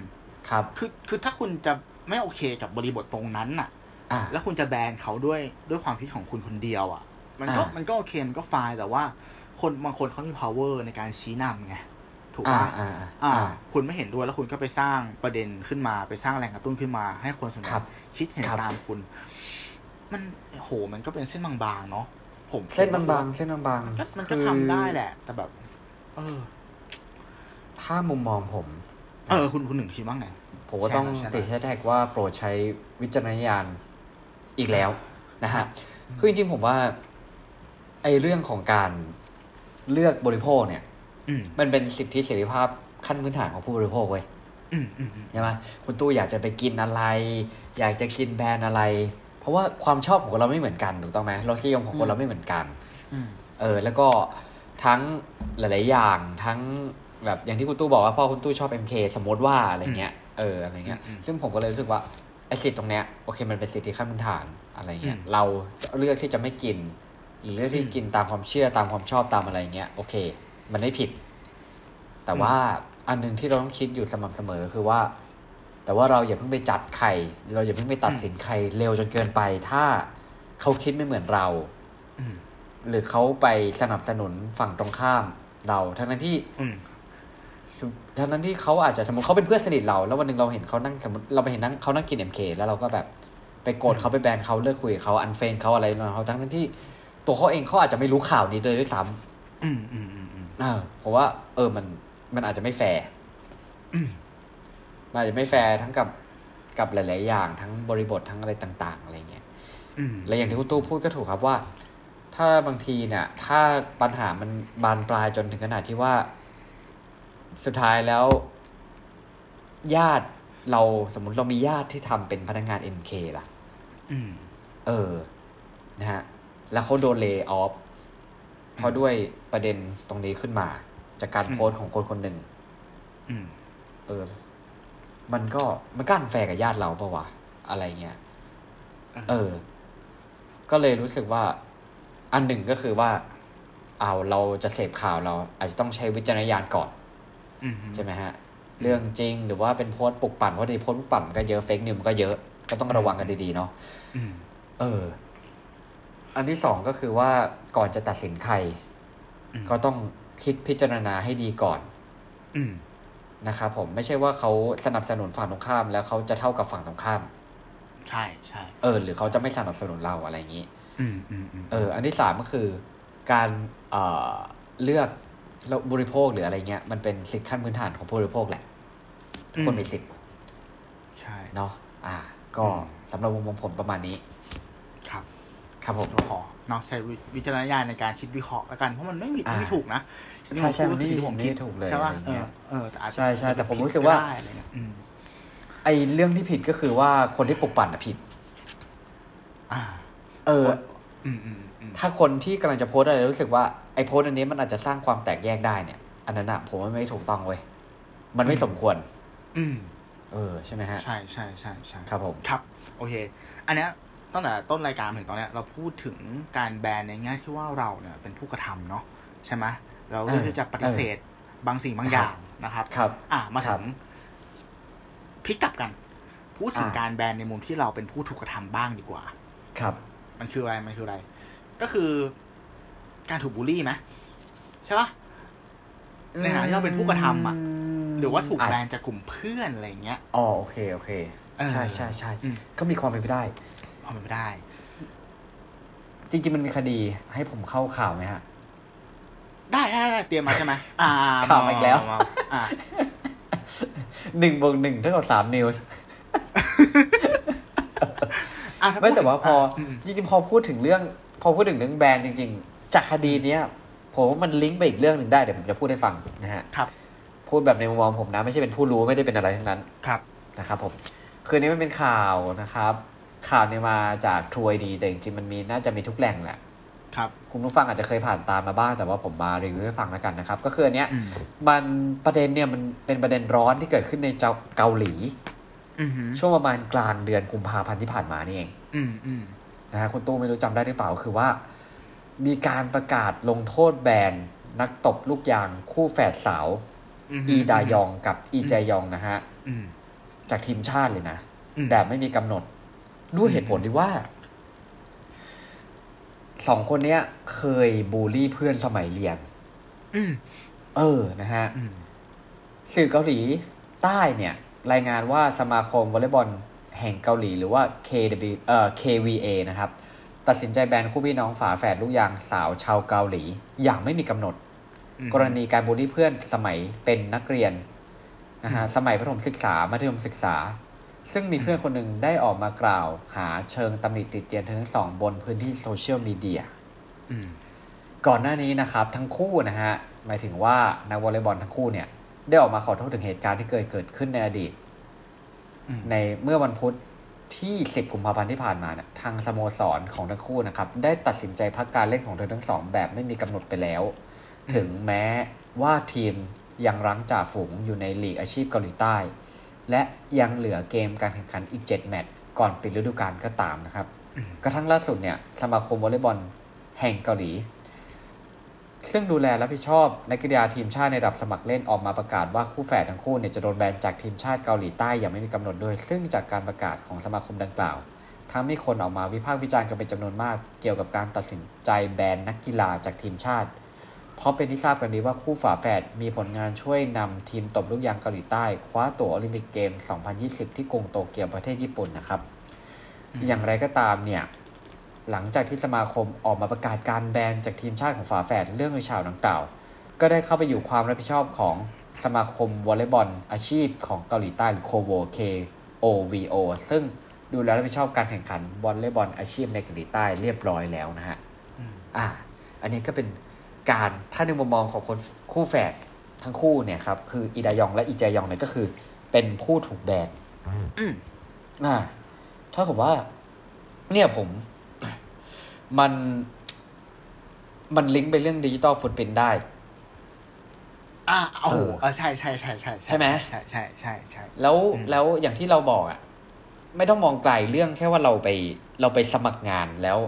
Speaker 2: ครับ
Speaker 1: คือคือถ้าคุณจะไม่โอเคกับบริบทตรงนั้นน่ะ
Speaker 2: อ่า
Speaker 1: แล้วคุณจะแบนเขาด้วยด้วยความคิดของคุณคนเดียวอ่ะ มันก็
Speaker 2: อ่ามั
Speaker 1: มันก็โอเคมันก็ฟายแต่ว่า คนบางคนเขามี power ในการชี้นำไงถูกปะ
Speaker 2: อ่าอ่า
Speaker 1: อ่า
Speaker 2: อ่า
Speaker 1: คุณไม่เห็นด้วยแล้วคุณก็ไปสร้างประเด็นขึ้นมาไปสร้างแรงกระตุ้นขึ้นมา ให้คนส่วนใหญ่
Speaker 2: ครับ
Speaker 1: คิดเห็น
Speaker 2: ครับ
Speaker 1: ตามคุณ มันโหมันก็เป็นเส้นบางๆเนาะผม
Speaker 2: เส้นบางๆเส้นบาง
Speaker 1: ๆก็
Speaker 2: ๆ
Speaker 1: มันก็
Speaker 2: คือ
Speaker 1: ทำได้แหละ แต่แบบ เออ
Speaker 2: ถ้ามุมมองผม
Speaker 1: เออ คุณคุณหนึ่งคิดว่าไง
Speaker 2: ผมก็ต้อง
Speaker 1: ใช่นะใช่นะ
Speaker 2: ติดแฮชแท็กว่าโปรดใช้วิจารณญาณอีกแล้วนะ
Speaker 1: ครั
Speaker 2: ฮะ
Speaker 1: บ
Speaker 2: คือจริงๆผมว่าไอเรื่องของการเลือกบริโภคเนี่ย
Speaker 1: อืม
Speaker 2: มันเป็นสิทธิเสรีภาพขั้นพื้นฐานของผู้บริโภคเว้ย
Speaker 1: อืมอืมอืม
Speaker 2: ใช่ไหมคุณตู้อยากจะไปกินอะไร อยากจะกินแบรนด์อะไร เพราะว่าความชอบของคนเราไม่เหมือนกันถูกต้องไหมรสนิยมของคนเราไม่เหมือนกัน
Speaker 1: อืม
Speaker 2: เออแล้วก็ทั้งหลาย ๆ อย่างทั้งแบบอย่างที่คุณตู้บอกว่าพ่อคุณตู้ชอบ MK สมมติว่าอะไรเงี้ยเอออะไรเงี้ย
Speaker 1: อืมอืม
Speaker 2: ซึ่งผมก็เลยรู้สึกว่าไอ้สิทธิ์ตรงเนี้ยโอเคมันเป็นสิทธิขั้นพื้นฐานอะไรเงี้ย
Speaker 1: อืม
Speaker 2: เราเลือกที่จะไม่กิน หรือเลือกที่
Speaker 1: อืม
Speaker 2: กินตามความเชื่อตามความชอบตามอะไรเงี้ยโอเค มันไม่ผิด แต่
Speaker 1: อืม
Speaker 2: ว่าอันหนึงที่เราต้องคิดอยู่สม่ำเสมอคือว่า แต่ว่าเราอย่าเพิ่งไปจัดใครเราอย่าเพิ่งไปตัดสินใครเร็วจนเกินไป ถ้าเขาคิดไม่เหมือนเรา
Speaker 1: อืม
Speaker 2: หรือเขาไปสนับสนุนฝั่งตรงข้ามเรา ทั้งนั้นที่
Speaker 1: อืม
Speaker 2: ทั้งนั้นที่เขาอาจจะสมมติเขาเป็นเพื่อนสนิทเรา แล้ววันหนึ่งเราเห็นเขานั่งสมมติเราไปเห็นนั่งเขานั่งกินเอ็มเคแล้วเราก็แบบไปโกรธ
Speaker 1: อืม
Speaker 2: เขาไปแบนเขาเลิกคุยกับเขาอันเฟนเขาอะไรเขาทั้งนั้นที่ตัวเขาเองเขาอาจจะไม่รู้ข่าวนี้เลยด้วยซ้
Speaker 1: อืมอืมอืมอืม
Speaker 2: ำเออเพราะว่า เออมันมันอาจจะไม่แฟร์
Speaker 1: อืม
Speaker 2: มันอาจจะไม่แฟร์ทั้งกับกับหลาย ๆ อย่างทั้งบริบททั้งอะไรต่าง ๆ อะไรเงี้ย
Speaker 1: อืม
Speaker 2: และอย่างที่คุณตู้พูดก็ถูกครับว่า ถ้าบางทีเนี่ย ถ้าปัญหามันบานปลายจนถึงขนาดที่ว่า สุดท้ายแล้ว ญาติเราสมมติเรามีญาติที่ทำเป็นพนักงาน MK ล่ะ
Speaker 1: อืม
Speaker 2: เออ นะฮะ แล้วเขาโดนเล y o ออฟเพราะด้วยประเด็นตรงนี้ขึ้นมา จากการ
Speaker 1: อืม
Speaker 2: โพสต์ของคนคนหนึ่ง
Speaker 1: อืม
Speaker 2: เออ มันก็มันก็อันแฟร์กับญาติเราปะวะ อะไรเงี้ย
Speaker 1: เออ
Speaker 2: เออ ก็เลยรู้สึกว่า อันหนึ่งก็คือว่า เอาเราจะเสพข่าวเรา อาจจะต้องใช้วิจารณญาณก่อน
Speaker 1: อืม
Speaker 2: ใช่ไหมฮะ เรื่องจริงหรือว่าเป็นโพสต์ปลุกปั่นเพราะในโพสต์ปลุกปั่นมันก็เยอะเฟกนิวมันก็เยอะก็ต้องระวังกันดีๆเนาะ
Speaker 1: อืม
Speaker 2: เออ อันที่สองก็คือว่าก่อนจะตัดสินใคร
Speaker 1: อืม
Speaker 2: ก็ต้องคิดพิจารณาให้ดีก่อน
Speaker 1: อืม
Speaker 2: นะครับผมไม่ใช่ว่าเขาสนับสนุนฝั่งตรงข้าม แล้วเขาจะเท่ากับฝั่งตรงข้าม
Speaker 1: ใช่ใช่
Speaker 2: เออ หรือเขาจะไม่สนับสนุนเราอะไรอย่างนี้
Speaker 1: อืมอืมอืม
Speaker 2: เออ อันที่สามก็คือ การเอ่อเลือกเราบริโภคหรืออะไรเงี้ยมันเป็นสิทธิขั้นพื้นฐานของผู้บริโภคแหละ ทุกคนมีสิทธิ์
Speaker 1: ใช่
Speaker 2: เนาะอ่า ก็
Speaker 1: อืม
Speaker 2: สำหรับวงมองผมประมาณนี้
Speaker 1: ครับ
Speaker 2: ครับผม
Speaker 1: ก็ขอเนาะใช้วิวิจารณญาณในการคิดวิเคราะห์แล้วกัน เพราะมันไม่ผิด
Speaker 2: อ่า
Speaker 1: ไม่ถูกนะ
Speaker 2: ใช่ใช่
Speaker 1: สิ่งที่ผ
Speaker 2: มันไม่
Speaker 1: คิด
Speaker 2: ไม่ถูกเลย
Speaker 1: ใช่ป่ะ
Speaker 2: อะไร
Speaker 1: เอ
Speaker 2: เงี้
Speaker 1: อย เออแต่อาจจะ
Speaker 2: ใช่ใช่แต่ผม
Speaker 1: ผิด
Speaker 2: รู้สึกว่า
Speaker 1: ได้อะไรเงี้ยอืม
Speaker 2: ไอเรื่องที่ผิดก็คือว่าคนที่ปลุกปั่นอะผิด
Speaker 1: อ่า
Speaker 2: เออ
Speaker 1: อืมอืมอืม
Speaker 2: ถ้าคนที่กำลังจะโพสต์อะไรรู้สึกว่าไอโพสต์อันนี้มันอาจจะสร้างความแตกแยกได้เนี่ย อันนั้นอะผมว่าไม่ถูกต้องเว้ยมันไม่สมควร
Speaker 1: อืม
Speaker 2: เออใช่ไหมฮะ
Speaker 1: ใช่ใช่ใช่ใช่
Speaker 2: ครับผม
Speaker 1: ครับ โอเค อันเนี้ยตั้งแต่ต้นรายการมาถึงตอนเนี้ยเราพูดถึงการแบนในแง่ที่ว่าเราเนี่ยเป็นผู้กระทำเนาะใช่ไหมเราเลือกที่จะปฏิเสธบางสิ่งบางอย่างนะครับ
Speaker 2: ครับ
Speaker 1: อ่ะมา
Speaker 2: ครั
Speaker 1: ถึ
Speaker 2: บ
Speaker 1: งพลิกกลับกัน พูดถึง
Speaker 2: อ่า
Speaker 1: การแบนในมุมที่เราเป็นผู้ถูกกระทำบ้างดีกว่า
Speaker 2: ครับ
Speaker 1: มันคืออะไรมันคืออะไร ก็คือ การถูกบูลลี่ไหมใช่ปะ ในฐานะที่เราเป็นผู้กระทำอะ หรือว่าถูกแบนจากกลุ่มเพื่อนอะไรอย่างเงี้ย
Speaker 2: อ๋อโอเคโอเค
Speaker 1: เออ
Speaker 2: ใช่ใช่ใช่
Speaker 1: อืม
Speaker 2: ก็มีความเป็นไปได้
Speaker 1: เอามันไม่ได้
Speaker 2: จริงๆมันมีคดีให้ผมเข้าข่าวไหมฮะ
Speaker 1: ได้ได้ได้เตรียมมาใช่ไหมอ่า
Speaker 2: ข่าวอีกแล้ว
Speaker 1: เมาอ่า
Speaker 2: หนึ่งบวกหนึ่งเท่ากับสามนิวส์
Speaker 1: อ่ะถ้
Speaker 2: ไม่แต่ว่าพอ
Speaker 1: ม
Speaker 2: จริงๆพอพูดถึงเรื่อง พอพูดถึงเรื่องแบรนด์จริง ๆ จากคดีเนี้ยผมว่ามันลิงก์ไปอีกเรื่องหนึ่งได้เดี๋ยวผมจะพูดให้ฟังนะฮะ
Speaker 1: ครับ
Speaker 2: พูดแบบในมุมมองผมนะ ไม่ใช่เป็นผู้รู้ไม่ได้เป็นอะไรทั้งนั้น
Speaker 1: ครับ
Speaker 2: นะครับผมคืนนี้มันเป็นข่าวนะครับ ข่าวเนี่ยมาจากทรูไอดีแต่จริงๆมันมีน่าจะมีทุกแหล่งแหละ
Speaker 1: ครับ
Speaker 2: คุณผู้ฟังอาจจะเคยผ่านตามมาบ้างแต่ว่าผมมารีวิวให้ฟังแล้วกันนะครับ ก็คืออันเนี้ย
Speaker 1: อืม
Speaker 2: มันประเด็นเนี่ยมันเป็นประเด็นร้อนที่เกิดขึ้นในเจ้าเกาหลี
Speaker 1: อืมฮึ
Speaker 2: ช่วงประมาณกลางเดือนกุมภาพันธ์ที่ผ่านมานี่เอง
Speaker 1: อืมอืม
Speaker 2: นะฮะคุณตู้ไม่รู้จำได้หรือเปล่าคือว่า มีการประกาศลงโทษแบนนักตบลูกยางคู่แฝดสาว
Speaker 1: อืมฮึ
Speaker 2: อีดายองกับอีแจยองนะฮะ
Speaker 1: อืม
Speaker 2: จากทีมชาติเลยนะ
Speaker 1: อืม
Speaker 2: แบบไม่มีกำหนดด้วยเหตุผลที่ว่าสองคนเนี้ย เคยบูลลี่เพื่อนสมัยเรียน
Speaker 1: อืม
Speaker 2: เออนะฮะ
Speaker 1: อืม
Speaker 2: สื่อเกาหลีใต้เนี่ย รายงานว่าสมาคมวอลเลย์บอลแห่งเกาหลี หรือว่า KW เอ่อ KVA นะครับ ตัดสินใจแบนคู่พี่น้องฝาแฝดลูกยางสาวชาวเกาหลี อย่างไม่มีกำหนด
Speaker 1: อืม
Speaker 2: กรณีการบูลลี่เพื่อนสมัยเป็นนักเรียนนะฮะสมัยประถมศึกษามัธยมศึกษา ซึ่งมีเพื่อนคนหนึ่งได้ออกมากล่าวหาเชิงตำหนิติดเตียนเธอทั้งสองบนพื้นที่โซเชียลมีเดีย
Speaker 1: อืม
Speaker 2: ก่อนหน้านี้นะครับทั้งคู่นะฮะหมายถึงว่านักวอลเลย์บอลทั้งคู่เนี่ย ได้ออกมาขอโทษถึงเหตุการณ์ที่เคยเกิดขึ้นในอดีต
Speaker 1: อืม
Speaker 2: ในเมื่อวันพุธที่ 10 กุมภาพันธ์ที่ผ่านมาเนี่ยทางสโมสรของทั้งคู่นะครับ ได้ตัดสินใจพักการเล่นของเธอทั้งสองแบบไม่มีกำหนดไปแล้ว ถึงแม้ว่าทีมยังรั้งจ่าฝูงอยู่ในลีกอาชีพเกาหลีใต้ และยังเหลือเกมการแข่งขันอีก 7 แมตช์ก่อนปิดฤดูกาลก็ตามนะครับ
Speaker 1: อืม
Speaker 2: กระทั่งล่าสุดเนี่ยสมาคมวอลเลย์บอลแห่งเกาหลี ซึ่งดูแลรับผิดชอบนักกีฬาทีมชาติในระดับสมัครเล่นออกมาประกาศว่าคู่แฝดทั้งคู่เนี่ยจะโดนแบนจากทีมชาติเกาหลีใต้อย่างไม่มีกำหนดด้วย ซึ่งจากการประกาศของสมาคมดังกล่าวทำให้คนออกมาวิพากษ์วิจารณ์กันเป็นจำนวนมาก เกี่ยวกับการตัดสินใจแบนนักกีฬาจากทีมชาติ เพราะเป็นที่ทราบกันดีว่าคู่ฝาแฝดมีผลงานช่วยนำทีมตบลูกยางเกาหลีใต้ คว้าตั๋วโอลิมปิกเกม 2020 ที่กรุงโตเกียวประเทศญี่ปุ่นนะครับ อย่างไรก็ตามเนี่ย หลังจากที่สมาคมออกมาประกาศการแบนจากทีมชาติของฝาแฝดเรื่องในชาวดังกล่าว ก็ได้เข้าไปอยู่ความรับผิดชอบของสมาคมวอลเลย์บอลอาชีพของเกาหลีใต้หรือโคโว KOVO ซึ่งดูแลรับผิดชอบการแข่งขันวอลเลย์บอลอาชีพในเกาหลีใต้เรียบร้อยแล้วนะฮะ
Speaker 1: อืม
Speaker 2: อ่า อันนี้ก็เป็นการถ้าในมุมมองของคนคู่แฝดทั้งคู่เนี่ยครับ คืออีดายองและอีแจยองเนี่ยก็คือ เป็นผู้ถูกแบน
Speaker 1: อืม
Speaker 2: อ่าถ้าผมว่า เนี่ยผม มัน มันลิงก์ไปเรื่องดิจิตอลฟุตปรินได้
Speaker 1: อ่าโอ้โห
Speaker 2: เออ
Speaker 1: เออใช่ใช่ใช่ใช่
Speaker 2: ใช่ไหม
Speaker 1: ใช่ใช่ใช่ใช่
Speaker 2: แล้ว
Speaker 1: อืม
Speaker 2: แล้วอย่างที่เราบอกอะ่ะ ไม่ต้องมองไกลเรื่องแค่ว่าเราไป เราไปสมัครงานแล้ว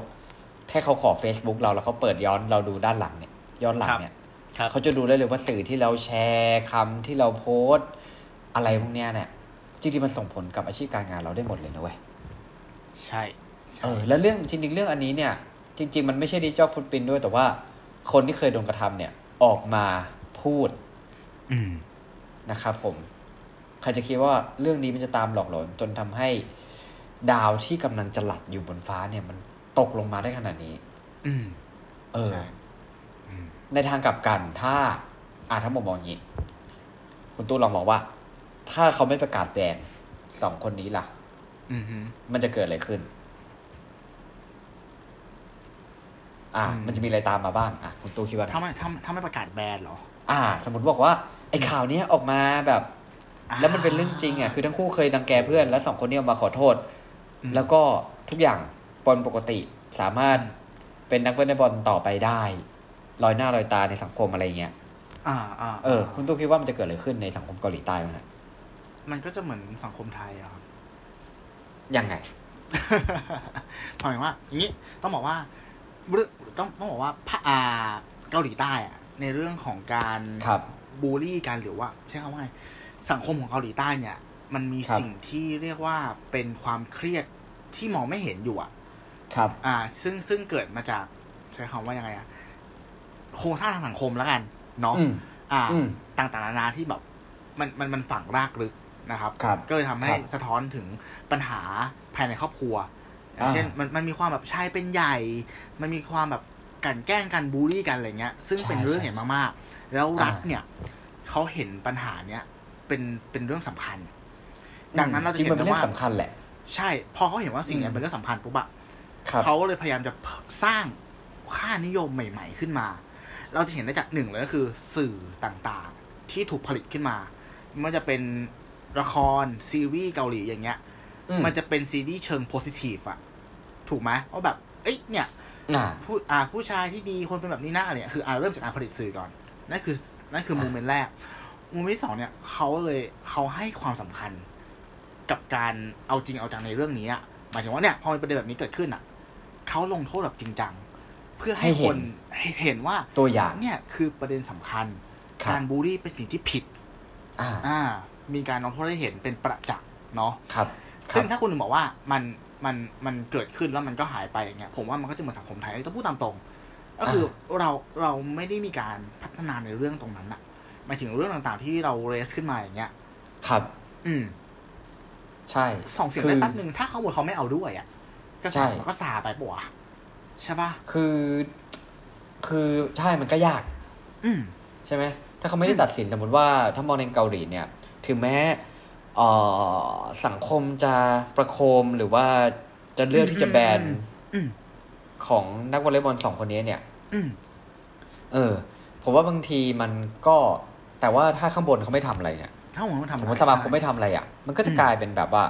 Speaker 2: แค่เขาขอ Facebook เราแล้วเขาเปิดย้อนเราดูด้านหลังเนี่ย ย้อนหลังเนี่ย
Speaker 1: ครับ
Speaker 2: เขาจะดูได้เลยว่าสื่อที่เราแชร์คำที่เราโพสต์ อะไรพวกเนี้ยเนี่ยจริงๆมันส่งผลกับอาชีพการงานเราได้หมดเลยนะเว้ย
Speaker 1: ใช่
Speaker 2: เอ
Speaker 1: ใช่
Speaker 2: อแล้วเรื่องจริงๆเรื่องอันนี้เนี่ย จริง ๆ มันไม่ใช่ดิจิ l f ลฟุตปรินด้วย แต่ว่าคนที่เคยโดนกระทำเนี่ย ออกมาพูด
Speaker 1: อืม
Speaker 2: นะครับผม ใครจะคิดว่าเรื่องนี้มันจะตามหลอกหลอนจนทำให้ดาวที่กำลังจะหลับอยู่บนฟ้าเนี่ยมันตกลงมาได้ขนาดนี้
Speaker 1: อืม
Speaker 2: เออ
Speaker 1: ใช่อืม
Speaker 2: ในทางกลับกันถ้าอ่าถ้าผมมองอย่างนี้ คุณตู้ลองมองว่า ถ้าเขาไม่ประกาศแบนสองคนนี้ล่ะ
Speaker 1: อืมฮึ
Speaker 2: มันจะเกิดอะไรขึ้น อ่า
Speaker 1: อืม
Speaker 2: มันจะมีอะไรตามมาบ้าง อ่ะ คุณตู้คิดว่าไง
Speaker 1: ถ้าไม่ถ้าถ้าไม่ประกาศแบนเหรอ
Speaker 2: อ่า สมมติบอกว่า ไอ้ข่าวเนี้ยออกมาแบบ
Speaker 1: า
Speaker 2: แล้วมันเป็นเรื่องจริงอ่ะ คือทั้งคู่เคยดังแกเพื่อน แล้วสองคนเนี้มาขอโทษ
Speaker 1: อืม
Speaker 2: แล้วก็ทุกอย่างปนปกติสามารถ
Speaker 1: อืม
Speaker 2: เป็นนักวอลเลย์บอลต่อไปได้ ลอยหน้าลอยตาในสังคมอะไรเงี้ย
Speaker 1: อ่าอ่า
Speaker 2: เออ คุณตู้คิดว่ามันจะเกิดอะไรขึ้นในสังคมเกาหลีใต้บ้างฮะ
Speaker 1: มันก็จะเหมือนสังคมไทยอะครับ
Speaker 2: ยังไง
Speaker 1: หมายถึงว่าอย่างนี้ต้องบอกว่าเรื่องต้องต้องบอกว่าพระอาเกาหลีใต้อะในเรื่องของการ
Speaker 2: ครับ
Speaker 1: บูลลี่กันหรือว่าใช้คำว่าไงสังคมของเกาหลีใต้เนี่ย มันมี
Speaker 2: ครับ
Speaker 1: สิ่งที่เรียกว่าเป็นความเครียดที่มองไม่เห็นอยู่อะ
Speaker 2: ครับ
Speaker 1: อ่า ซึ่งซึ่งเกิดมาจาก ใช้คำว่ายังไงอะโครงสร้างทางสังคมแล้วกัน เนาะ
Speaker 2: อืม
Speaker 1: อ่า
Speaker 2: อืม
Speaker 1: ต่างๆนานาที่แบบ มันมันมันฝังรากลึกนะครับ
Speaker 2: ครับ
Speaker 1: ก็เลยทำให้
Speaker 2: ครับ
Speaker 1: สะท้อนถึงปัญหาภายในครอบครัวอย่าง
Speaker 2: อ่า
Speaker 1: เช่นมันมันมีความแบบชายเป็นใหญ่ มันมีความแบบกลันแกล้งกันบูลลี่กันอะไรเงี้ย ซึ่ง
Speaker 2: ใช่
Speaker 1: เป็นเรื่อง
Speaker 2: ใช่
Speaker 1: ใหญ่มากๆ แล้วรัฐ
Speaker 2: อ่า
Speaker 1: เนี่ยเขาเห็นปัญหาเนี้ยเป็นเป็นเรื่องสำคัญ ดังนั้นเราจะ
Speaker 2: จริง
Speaker 1: เห็
Speaker 2: มัน
Speaker 1: น
Speaker 2: เป็
Speaker 1: ได้
Speaker 2: นเรื่อ
Speaker 1: ว่า
Speaker 2: งสำคัญแหละ
Speaker 1: ใช่ พอเขาเห็นว่าสิ่งเนี้
Speaker 2: อื
Speaker 1: ย
Speaker 2: ม
Speaker 1: เป็นเรื่องสำคัญปุ๊บอะ
Speaker 2: ครับ
Speaker 1: เขาเลยพยายามจะสร้างค่านิยมใหม่ ๆ ขึ้นมา เราจะเห็นได้จากหนึ่งเลยก็คือ สื่อต่างๆ ที่ถูกผลิตขึ้นมาไมันจะเป็นละครซีรีส์เกาหลีอย่างเงี้ย
Speaker 2: อืม
Speaker 1: มันจะเป็นซีรีส์เชิงโพสิทีฟอะถูกไหมว่าแบบ เอ้ยเนี่ย
Speaker 2: อ่า
Speaker 1: ผู้อ่าผู้ชายที่ดีคนเป็นแบบนี้นะอะไรเนี่ยคืออ่าเริ่มจากการผลิตสื่อก่อนนั่นคือนั่นคือ
Speaker 2: อ่ะ
Speaker 1: มูเมนต์แรกมูเมนต์ที่สองเนี่ยเขาเลยเขาให้ความสำคัญกับการเอาจริงเอาจังในเรื่องนี้อะหมายถึงว่าเนี่ยพอมีประเด็นแบบนี้เกิดขึ้นอ่ะเขาลงโทษแบบจริงจังเพื่อให้คนให้เห็นว่า
Speaker 2: ตัวอย่าง
Speaker 1: เนี่ยคือประเด็นสำคัญ
Speaker 2: ครั
Speaker 1: การ
Speaker 2: บ
Speaker 1: บูลลี่เป็นสิ่งที่ผิด
Speaker 2: อ่า
Speaker 1: อ่า มีการลงโทษให้เห็นเป็นประจักษ์เนาะ
Speaker 2: ครับ
Speaker 1: ซึ่ง
Speaker 2: ครับ
Speaker 1: ถ้าคุณหนึ่งบอกว่ามันมันมันเกิดขึ้นแล้วมันก็หายไปอย่างเงี้ยผมว่ามันก็จะเหมือนสังคมไทยต้องพูดตามตรง ก็คืออเราเราไม่ได้มีการพัฒนาในเรื่องตรงนั้นอะหมายถึงเรื่องต่างๆที่เราเรสขึ้นมาอย่างเงี้ย
Speaker 2: ครับ
Speaker 1: อืม
Speaker 2: ใช่
Speaker 1: สองเสียง
Speaker 2: คื
Speaker 1: ได้
Speaker 2: อ
Speaker 1: แป๊บหนึ่งถ้าเขาหมดเขาไม่เอาด้วยอะก็
Speaker 2: ใช่
Speaker 1: สามันก็สาไปปะวะใช่ป่ะ
Speaker 2: คือ คือใช่มันก็ยาก
Speaker 1: อืม
Speaker 2: ใช่ไหม ถ้าเขาไม่ได้
Speaker 1: อืม
Speaker 2: ตัดสินสมมติว่าถ้ามองในเกาหลีเนี่ย ถึงแม้เอ่อสังคมจะประโคมหรือว่าจะเลือกที่จะแบน
Speaker 1: อืม
Speaker 2: ของนักวอลเลย์บอลสองคนนี้เนี่ย
Speaker 1: อืม
Speaker 2: เออ ผมว่าบางทีมันก็แต่ว่าถ้าข้างบนเขาไม่ทำอะไรเนี่ย
Speaker 1: ถ้าผมว่าทำ
Speaker 2: ส
Speaker 1: อะ
Speaker 2: ม
Speaker 1: ร
Speaker 2: มติสมาคมไม่ทำอะไรอ่ะ มันก็จะกลายเป็นแบบว่า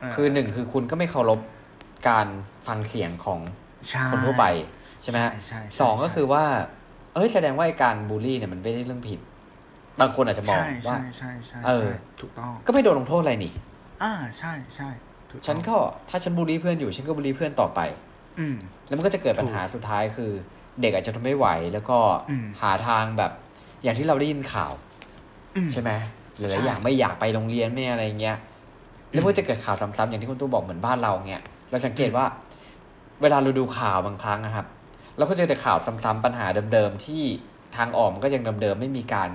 Speaker 1: เ
Speaker 2: คือหนึ่งคือคุณก็ไม่เคารพการฟังเสียงของ
Speaker 1: ใช่
Speaker 2: คนทั่วไปใช่ไหมฮะ
Speaker 1: ใช่ใช่
Speaker 2: สองก็คือว่า เอ้ยแสดงว่าไอ้การบูลลี่เนี่ยมันไม่ได้เรื่องผิด บางคนอาจจะมอง
Speaker 1: ใช่
Speaker 2: ว่า
Speaker 1: ใช่ใช่ใช่
Speaker 2: เออ
Speaker 1: ใช่ถูกต้อง
Speaker 2: ก็ไม่โดนลงโทษอะไรนี่
Speaker 1: อ่าใช่ใช่ถูต้อง
Speaker 2: ฉันก็ถ้าฉันบูลลี่เพื่อนอยู่ ฉันก็บูลลี่เพื่อนต่อไป
Speaker 1: อืม
Speaker 2: แล้วมันก็จะเกิดปัญหาสุดท้ายคือ เด็กอาจจะทนไม่ไหว แล้วก็
Speaker 1: อืม
Speaker 2: หาทางแบบ อย่างที่เราได้ยินข่าว
Speaker 1: อืม
Speaker 2: ใช่ไหมห
Speaker 1: ใช่
Speaker 2: ลายๆอย่างไม่อยากไปโรงเรียนไม่อะไรเงี้ย แล้วมันก็จะเกิดข่าวซ้ำๆอย่างที่คุณตู้บอกเหมือนบ้านเราเงี้ย เราสังเกตว่า เวลาเราดูข่าวบางครั้งนะครับ เราก็จะเจอแต่ข่าวซ้ำๆปัญหาเดิมๆที่ทางออกมันก็ยังเดิมๆไม่มีการ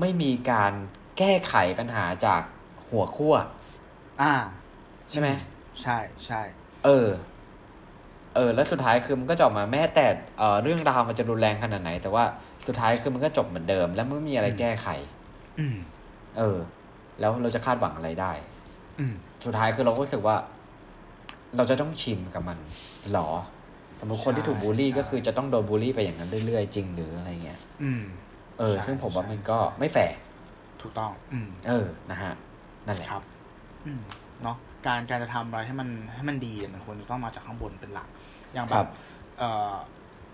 Speaker 2: ไม่มีการแก้ไขปัญหาจากหัวขั้ว
Speaker 1: อ่า
Speaker 2: ใช่ไหม
Speaker 1: ใช่ใช่
Speaker 2: เออ เออ แล้วสุดท้ายคือมันก็จะออกมาแม้แต่เอ่อเรื่องราวมันจะรุนแรงขนาดไหน แต่ว่าสุดท้ายคือมันก็จบเหมือนเดิม แล้วมันไม่มีอะไรแก้ไข
Speaker 1: อืม
Speaker 2: เออ แล้วเราจะคาดหวังอะไรได้
Speaker 1: อืม
Speaker 2: สุดท้ายคือเราก็รู้สึกว่า เราจะต้องชินกับมันหรอสมมติคนที่ถูกบูลลี่
Speaker 1: ใช่
Speaker 2: ก็คือจะต้องโดนบูลลี่ไปอย่างนั้นเรื่อยๆจริงหรืออะไรเงี้ย
Speaker 1: อืม
Speaker 2: เออ
Speaker 1: ใช่
Speaker 2: ซึ่งผมว่า
Speaker 1: ใช่
Speaker 2: มันก็ไม่แฟร์
Speaker 1: ถูกต้อง อืม
Speaker 2: เออนะฮะนั่นแหละ
Speaker 1: ครับ อืมเนาะการการจะทำอะไรให้มันให้มันดีเนี่ยมันควรจะต้องมาจากข้างบนเป็นหลัก อย่าง
Speaker 2: ค
Speaker 1: แบ
Speaker 2: รับ บ
Speaker 1: เอ่อ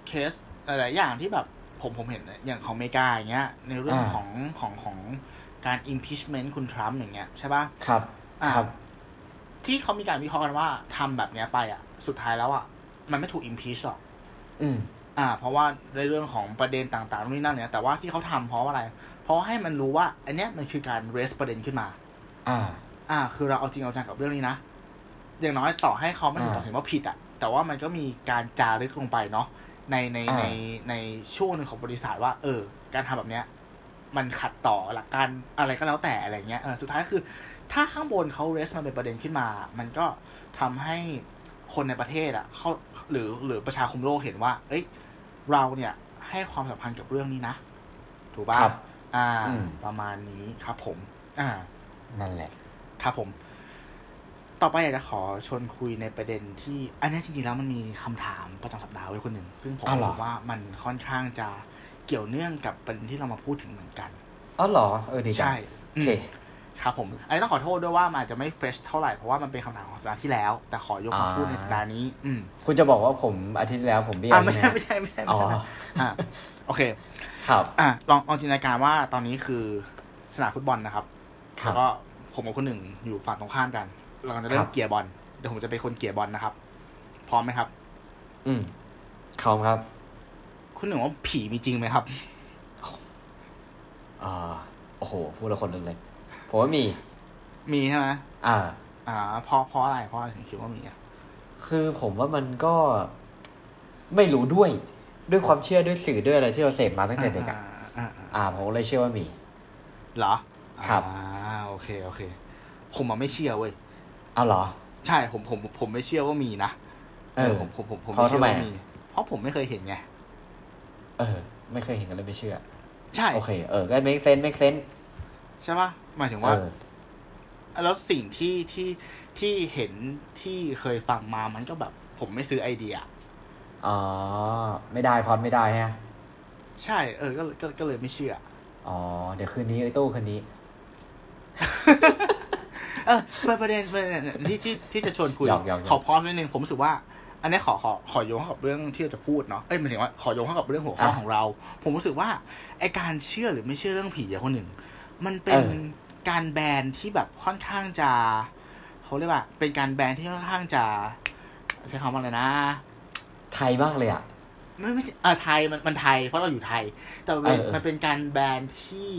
Speaker 1: เคสหลายๆอย่างที่แบบผมผมเห็นอย่างของอเมริกาอย่างเงี้ย ในเรื่อง
Speaker 2: อ่า
Speaker 1: ของของของการ impeachment คุณทรัมป์อย่างเงี้ยใช่ป่ะ
Speaker 2: ครับ
Speaker 1: อ่า
Speaker 2: ครับ
Speaker 1: ที่เขามีการวิเคราะห์กันว่าทำแบบเนี้ยไปอ่ะ สุดท้ายแล้วอ่ะ มันไม่ถูก impeach หรอก
Speaker 2: อืม
Speaker 1: อ่า เพราะว่าในเรื่องของประเด็นต่างๆนู่นนี่นั่นเนี่ยแต่ว่าที่เขาทำเพราะว่าอะไร เพราะให้มันรู้ว่าอันเนี้ยมันคือการ raise ประเด็นขึ้นมา
Speaker 2: อ่า
Speaker 1: อ่า คือเราเอาจริงเอาจังกับเรื่องนี้นะ อย่างน้อยต่อให้เขาไม่ถูก
Speaker 2: อ่า
Speaker 1: ตัดสินว่าผิดอะแต่ว่ามันก็มีการจารึกลงไปเนาะในใน
Speaker 2: อ่า
Speaker 1: ในในช่วงหนึ่งของบริษัทว่า เออ การทำแบบเนี้ย มันขัดต่อหลักการอะไรก็แล้วแต่อะไรเงี้ยเออสุดท้ายคือ ถ้าข้างบนเขาเรสมันเป็นประเด็นขึ้นมา มันก็ทำให้คนในประเทศอะเขาหรือหรือประชาคมโลกเห็นว่า เอ้ย เราเนี่ยให้ความสำคัญกับเรื่องนี้นะ ถูกป่ะ
Speaker 2: ครับ
Speaker 1: อ่า
Speaker 2: อืม
Speaker 1: ประมาณนี้ครับผม อ่า
Speaker 2: นั่นแหละ
Speaker 1: ครับผม ต่อไปอยากจะขอชวนคุยในประเด็นที่ อันนี้จริงๆแล้วมันมีคำถามประจำสัปดาห์ไว้คนหนึ่ง ซึ่งผม
Speaker 2: อ้าวเหรอ
Speaker 1: รู้สึกว่ามันค่อนข้างจะเกี่ยวเนื่องกับประเด็นที่เรามาพูดถึงเหมือนกัน
Speaker 2: อ๋อเหรอเออดีจัง
Speaker 1: ใช่
Speaker 2: โอ
Speaker 1: อืม
Speaker 2: เค
Speaker 1: ครับผม อันนี้ต้องขอโทษด้วยว่ามันอาจจะไม่เฟรชเท่าไหร่ เพราะว่ามันเป็นคำถามของสัปดาห์ที่แล้ว แต่ขอยกมา
Speaker 2: อ่า
Speaker 1: พูดในสัปดาห์นี้ อืม
Speaker 2: คุณจะบอกว่าผมอาทิตย์ที่แล้วผมเบี้ย
Speaker 1: อ่าไม่ใช่
Speaker 2: ใช่ไหม
Speaker 1: ไม่ใช่ไม่ใช่ไม่ใช่
Speaker 2: อ๋อ
Speaker 1: อ่าโอเค
Speaker 2: ครับ
Speaker 1: อ่ะลองลองจินตนาการว่าตอนนี้คือสนามฟุตบอลนะครับ
Speaker 2: ครับ
Speaker 1: แล้วก็ผมกับคนหนึ่งอยู่ฝั่งตรงข้ามกันเราจะเริ่
Speaker 2: ครั
Speaker 1: ม
Speaker 2: บ
Speaker 1: เกียร์บอลเดี๋ยวผมจะเป็นคนเกียร์บอลนะครับ พร้อมไหมครับ
Speaker 2: อืมเขาครับ
Speaker 1: คุณหนึ่งว่าผีมีจริงไหมครับ
Speaker 2: อ่าโอ้โหพูดละคนหนึ่งเลยผมว่ามี
Speaker 1: มีใช่ไหม
Speaker 2: อ่า
Speaker 1: อ่าเพราะเพราะอะไรเพราะอะไรถึงคิดว่ามีอ่ะ
Speaker 2: คือผมว่ามันก็ ไม่รู้ด้วย ด้วยความเชื่อด้วยสื่อด้วยอะไรที่เราเสพมาตั้งแต่เด็กอะ
Speaker 1: อ่าอ่าอ่า
Speaker 2: อ่าผมเลยเชื่อว่ามี
Speaker 1: เหรอ
Speaker 2: ครับ
Speaker 1: อ่าโอเคโอเค ผมอะไม่เชื่อเว้ย
Speaker 2: เอาเหรอ
Speaker 1: ใช่ผมผมผมไม่เชื่อว่ามีนะ
Speaker 2: เออ
Speaker 1: ผมผมผมผม
Speaker 2: เพราะ
Speaker 1: ไม่เชื่อ
Speaker 2: ทำไม
Speaker 1: ว่า
Speaker 2: อะ
Speaker 1: มี เพราะผมไม่เคยเห็นไง
Speaker 2: เออ ไม่เคยเห็นกันเลยไม่เชื่อ
Speaker 1: ใช่
Speaker 2: โอเค เออ ก็ make sense make sense
Speaker 1: ใช่ปะหมายถึง
Speaker 2: เอ
Speaker 1: ว่า
Speaker 2: อ
Speaker 1: แล้วสิ่งที่ที่ที่เห็นที่เคยฟังมามันก็แบบ ผมไม่ซื้อไอเดีย
Speaker 2: อ๋อ ไม่ได้พอดไม่ได้ฮะ
Speaker 1: ใช่ เออก็ก็ก็เลยไม่เชื่อ
Speaker 2: อ๋อ เดี๋ยวคืนนี้ไอ้ตู้คืนนี้
Speaker 1: เออประประเด็นประเด็นที่ที่ที่จะชวนคุย
Speaker 2: หยอกหยอกหยอก
Speaker 1: ขอพอสนิดนึงผมรู้สึกว่า อันนี้ขอขอขอโยงเข้ากับเรื่องที่เราจะพูดเนาะเอ้ยหมายถึงว่าขอโยงเข้ากับเรื่องหัวข้อของเรา ผมรู้สึกว่าไอการเชื่อหรือไม่เชื่อเรื่องผีอย่างคนหนึ่ง มันเป็น
Speaker 2: เออ
Speaker 1: การแบนที่แบบค่อนข้างจะเขาเรียกว่า เป็นการแบนที่ค่อนข้างจะ ใช้คำว่าอะไรนะ
Speaker 2: ไทยมากเลยอ่ะ
Speaker 1: ไม่ไม่ใช่อ่าไทยมันมันไทยเพราะเราอยู่ไทย แต่มัน
Speaker 2: เออเออ
Speaker 1: มันเป็นการแบนที่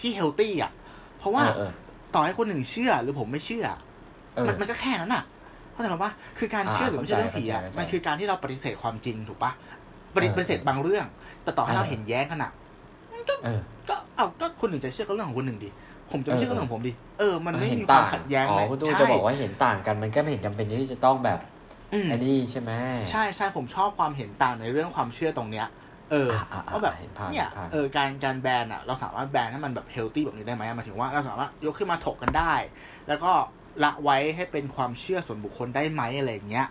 Speaker 1: ที่เฮลตี้อ่ะ เพราะว่า
Speaker 2: เออเออ
Speaker 1: ต่อให้คนหนึ่งเชื่อหรือผมไม่เชื่อ
Speaker 2: เออ
Speaker 1: มันมันก็แค่นั้นน่ะ เข้าใจไหมว่าคือการเชื่อหรือไม่เชื่อเรื่องผีอ่ะ
Speaker 2: เข้าใจเข้าใจ
Speaker 1: มันคือการที่เราปฏิเสธความจริงถูกปะปฏิ
Speaker 2: เออ
Speaker 1: ปฏิเสธบางเรื่อง แต่ต่อให้
Speaker 2: เออ
Speaker 1: เราเห็นแย้งกันอ่ะ
Speaker 2: เออ
Speaker 1: ก็เอาก็คนหนึ่งจะเชื่อก็เรื่องของคนหนึ่งดิผมจะไม่เชื่อก็
Speaker 2: เออ
Speaker 1: เรื่องของผมดิเออมันไม่
Speaker 2: เห็น
Speaker 1: มีควา
Speaker 2: ต่าม ง
Speaker 1: ขัดแย้ง
Speaker 2: อ๋อ
Speaker 1: เลย
Speaker 2: คุณตู้
Speaker 1: ใช่
Speaker 2: จะบอกว่าเห็นต่างกันมันก็ไม่เห็นจำเป็นที่จะต้องแบบ
Speaker 1: อืม
Speaker 2: ไอ้นี่ใช่ไหม
Speaker 1: ใช่ใช่ผมชอบความเห็นต่างในเรื่องความเชื่อตรงเนี้ย เออ
Speaker 2: อ่ะอ่ะอ่ะ
Speaker 1: ว่าแบบ
Speaker 2: เห็นภาพ
Speaker 1: เนี่ย
Speaker 2: เห็นภาพ
Speaker 1: เออการการแบนอ่ะ เราสามารถแบนให้มันแบบเฮลตี้แบบนี้ได้ไหมหมายถึงว่าเราสามารถยกขึ้นมาถกกันได้ แล้วก็ละไว้ให้เป็นความเชื่อส่วนบุคคลได้ไหมอะไรอย่างเงี้ย